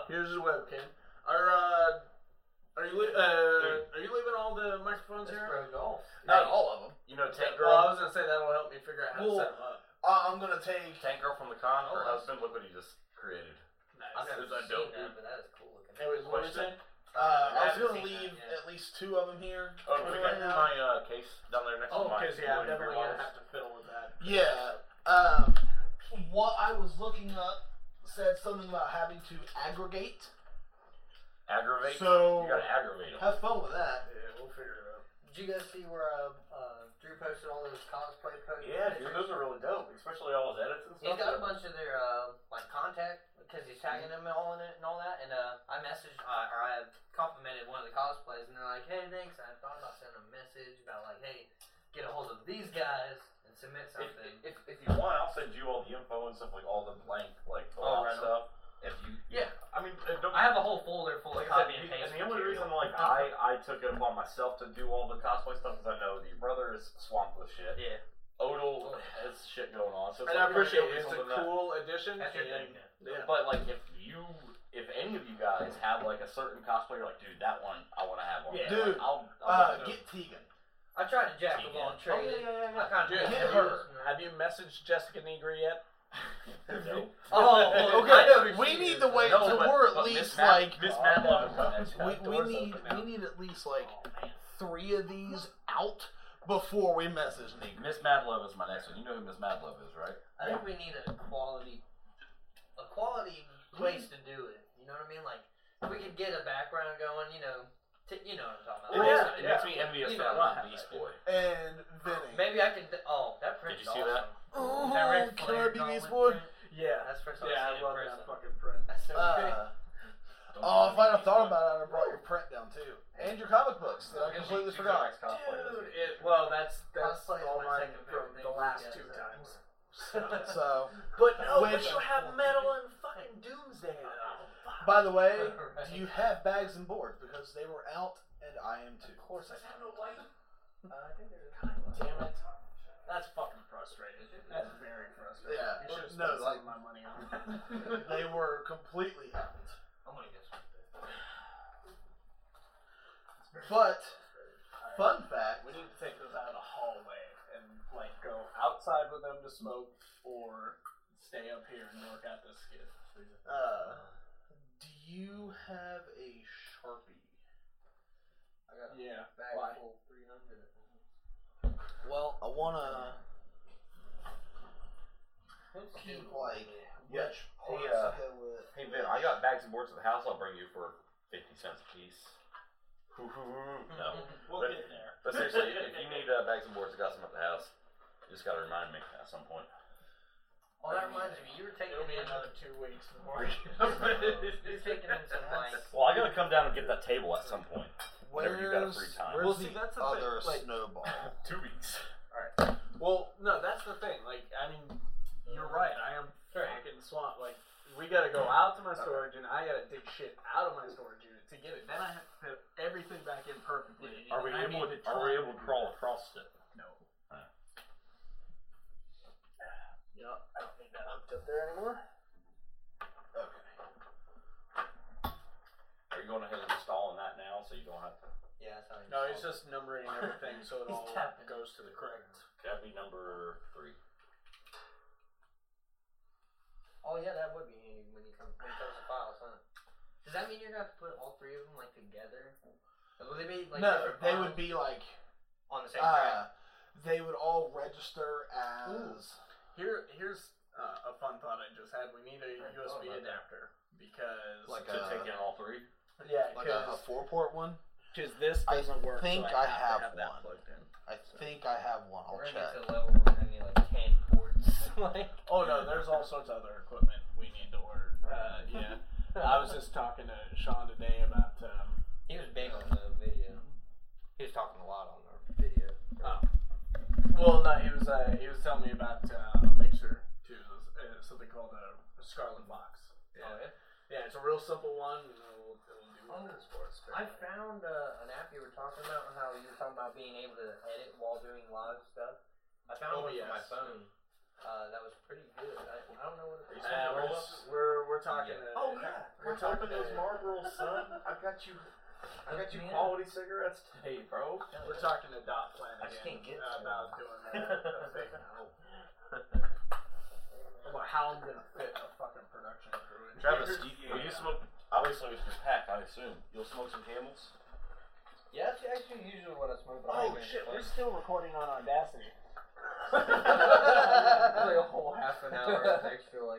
Here's your webcam. Are uh, are you li- uh, are you leaving all the microphones That's here? pro golf. Not all of them. you know, Tank Well, I Girl, was gonna say that'll help me figure out how Well, to set them up. Uh, I'm gonna take. Tank Girl from the con. Her Oh, husband, look what he just created. Nice. I've never seen that, but that is cool looking. Anyways, what was it? Uh, I haven't was gonna seen that leave yet. at least two of them here. Oh, we got my uh, case down there next Oh, to mine. because yeah, I'm Where your definitely gonna bottles. have to fiddle with that. Yeah. Um, what I was looking up said something about having to aggregate. aggravate. So- you gotta aggravate him. Have fun with that. Yeah, we'll figure it out. Did you guys see where uh, uh, Drew posted all those cosplay photos? Yeah, dude, those are really dope, especially all his edits and He's stuff. got a bunch of their uh, like contact because he's tagging them all in it and all that. And uh, I messaged uh, or I complimented one of the cosplays, and they're like, "Hey, thanks. I thought about sending a message about like, hey, get a hold of these guys and submit If, something." if, if you want, I'll send you all the info and stuff like all the blank like Oh, oh, right on. stuff. If you, yeah, I mean, uh, don't. I have a whole folder full of Like I said, copy the- and and paste. the only material. reason like I I took it upon myself to do all the cosplay stuff is I know the brother is swamped with shit. yeah, Odal has shit going on, so it's And I like, appreciate it. okay, It's a something that- cool addition. that's your and- thing. Yeah. But like, if you, if any of you guys have like a certain cosplay, you're like, dude, that one I want to have one. Yeah. Like, Dude, I'll, I'll Uh, get Tegan. I tried to jack of Oh, all yeah, trades. yeah, yeah, I yeah. kind Dude, of hit her. Have you messaged Jessica Negri yet? <laughs> Nope. Oh, Okay, I know who we she need is. to <laughs> wait No, until but- we're at but least Miss Mad- like uh, Miss Oh, Madlock. we, we need we need at least like three of these out before we message Negri. Miss Madlove is my next one. You know who Miss Madlove is, right? I think we need a quality, a quality place to do it. You know what I mean? Like if we could get a background going. You know, t- you know what I'm Oh, talking Yeah, about. yeah. It makes me envious You that know. one Beast Boy. And Vinny. Maybe I can. Oh, that print's Did you see awesome. that? Oh, That Ric can Flair I be Gauntlet Beast Boy? print. Yeah. That's the first time Yeah, I I've seen love it in that person. fucking print. That's so great. Uh, oh, if I'd have thought about it, I'd have brought your print down too, and your comic books that I completely forgot. Dude, it, well, that's that's Cosplay is all my mine second favorite from thing the we last did, two so- <laughs> times. <laughs> So, But no, but Which- you have metal and fucking doomsday. though. Oh, Fuck. by <laughs> the way, do you have bags and board because they were out and I am too. Of course, I have no light. <laughs> Uh, I think there's a Damn it. That's fucking frustrating. That's very frustrating. Yeah, You should have no, spent like- some of my money <laughs> on that. They were completely out. I'm gonna guess. But fun fact, We need to take those out of the hallway and like go outside with them to smoke or stay up here and work out this skit. uh, do you have a sharpie? I got Yeah. a bag Why? full of 300. Well, I wanna Keep like Yeah, which hey, parts uh, go with. Hey Vin, I got bags and boards at the house. I'll bring you for fifty cents a piece. <laughs> no, We'll But- get there. but seriously, if <laughs> you need uh, bags and boards, I got some at the house. You just gotta remind me at some point. Oh, that reminds me. You were taking It'll me be another. another two weeks <laughs> before we get You're taking in some like. Well, I gotta come down and get that table at some point. Whenever you got a free Where's- time. Where's Well, the see, that's the thing, other like- snowball? Two weeks. Well, no, that's the thing. Like, I mean, you're right. I am fucking swamped. Like, we gotta go out to my storage, and I gotta dig shit out of my storage unit to get it. Then I have to fit everything back in perfectly. Are we I able? need to Are we try able to crawl across it? No. Alright. Yeah, I don't need that hooked up there anymore. Are you going ahead and installing that now so you don't have to? Yeah, that's how you No, it's solve just numbering everything so it He's all tapping. goes to the correct. That'd be number three. it. Oh yeah, that would be handy when you come when it comes to files, huh? Does that mean you're gonna have to put all three of them like together? Will they be like no, different they files would be like on the same uh, track? they would all register as Here, here's uh, a fun thought I just had. We need a I thought USB about that. adapter because Like to a- take Uh, in all three. yeah, like uh, a, a four port one. because this I doesn't work. think so I, have, I to have have that one. plugged in. I think I have one. I'll We're gonna get check. to a level where we're gonna need like ten boards. <laughs> like Oh no, there's all sorts of other equipment we need to order. Uh, yeah, I was just talking to Sean today about. Um, he was big on the video. He was talking a lot on the video. oh. Well, no, he was uh, he was telling me about uh, a mixer too, uh, something called a Scarlet Box. Yeah, Oh, yeah? yeah, it's a real simple one. and We'll, we'll do one of those for us. I found uh, an app you were talking about and how you were talking about being able to edit while doing live stuff. I Oh, found one yes. for my phone. Uh, that was pretty good. I, I don't know what Are it's Uh, you saying we're, roll just- we're we're talking. Yeah. to- we're talking those <laughs> Marlboro, son. I got you. I got you quality cigarettes today, <laughs> bro. We're talking to Dot Planet I just can't again, get uh, to about <laughs> doing that, that thing about how I'm gonna fit a fucking production crew. in Travis, here. you- will you smoke? Obviously, it's just pack. I assume you'll smoke some Camels. Yeah, that's actually usually what I smoke. when I Oh make shit, my we're phone. still recording <laughs> <laughs> on Audacity. <laughs> It's like a whole half an hour of extra like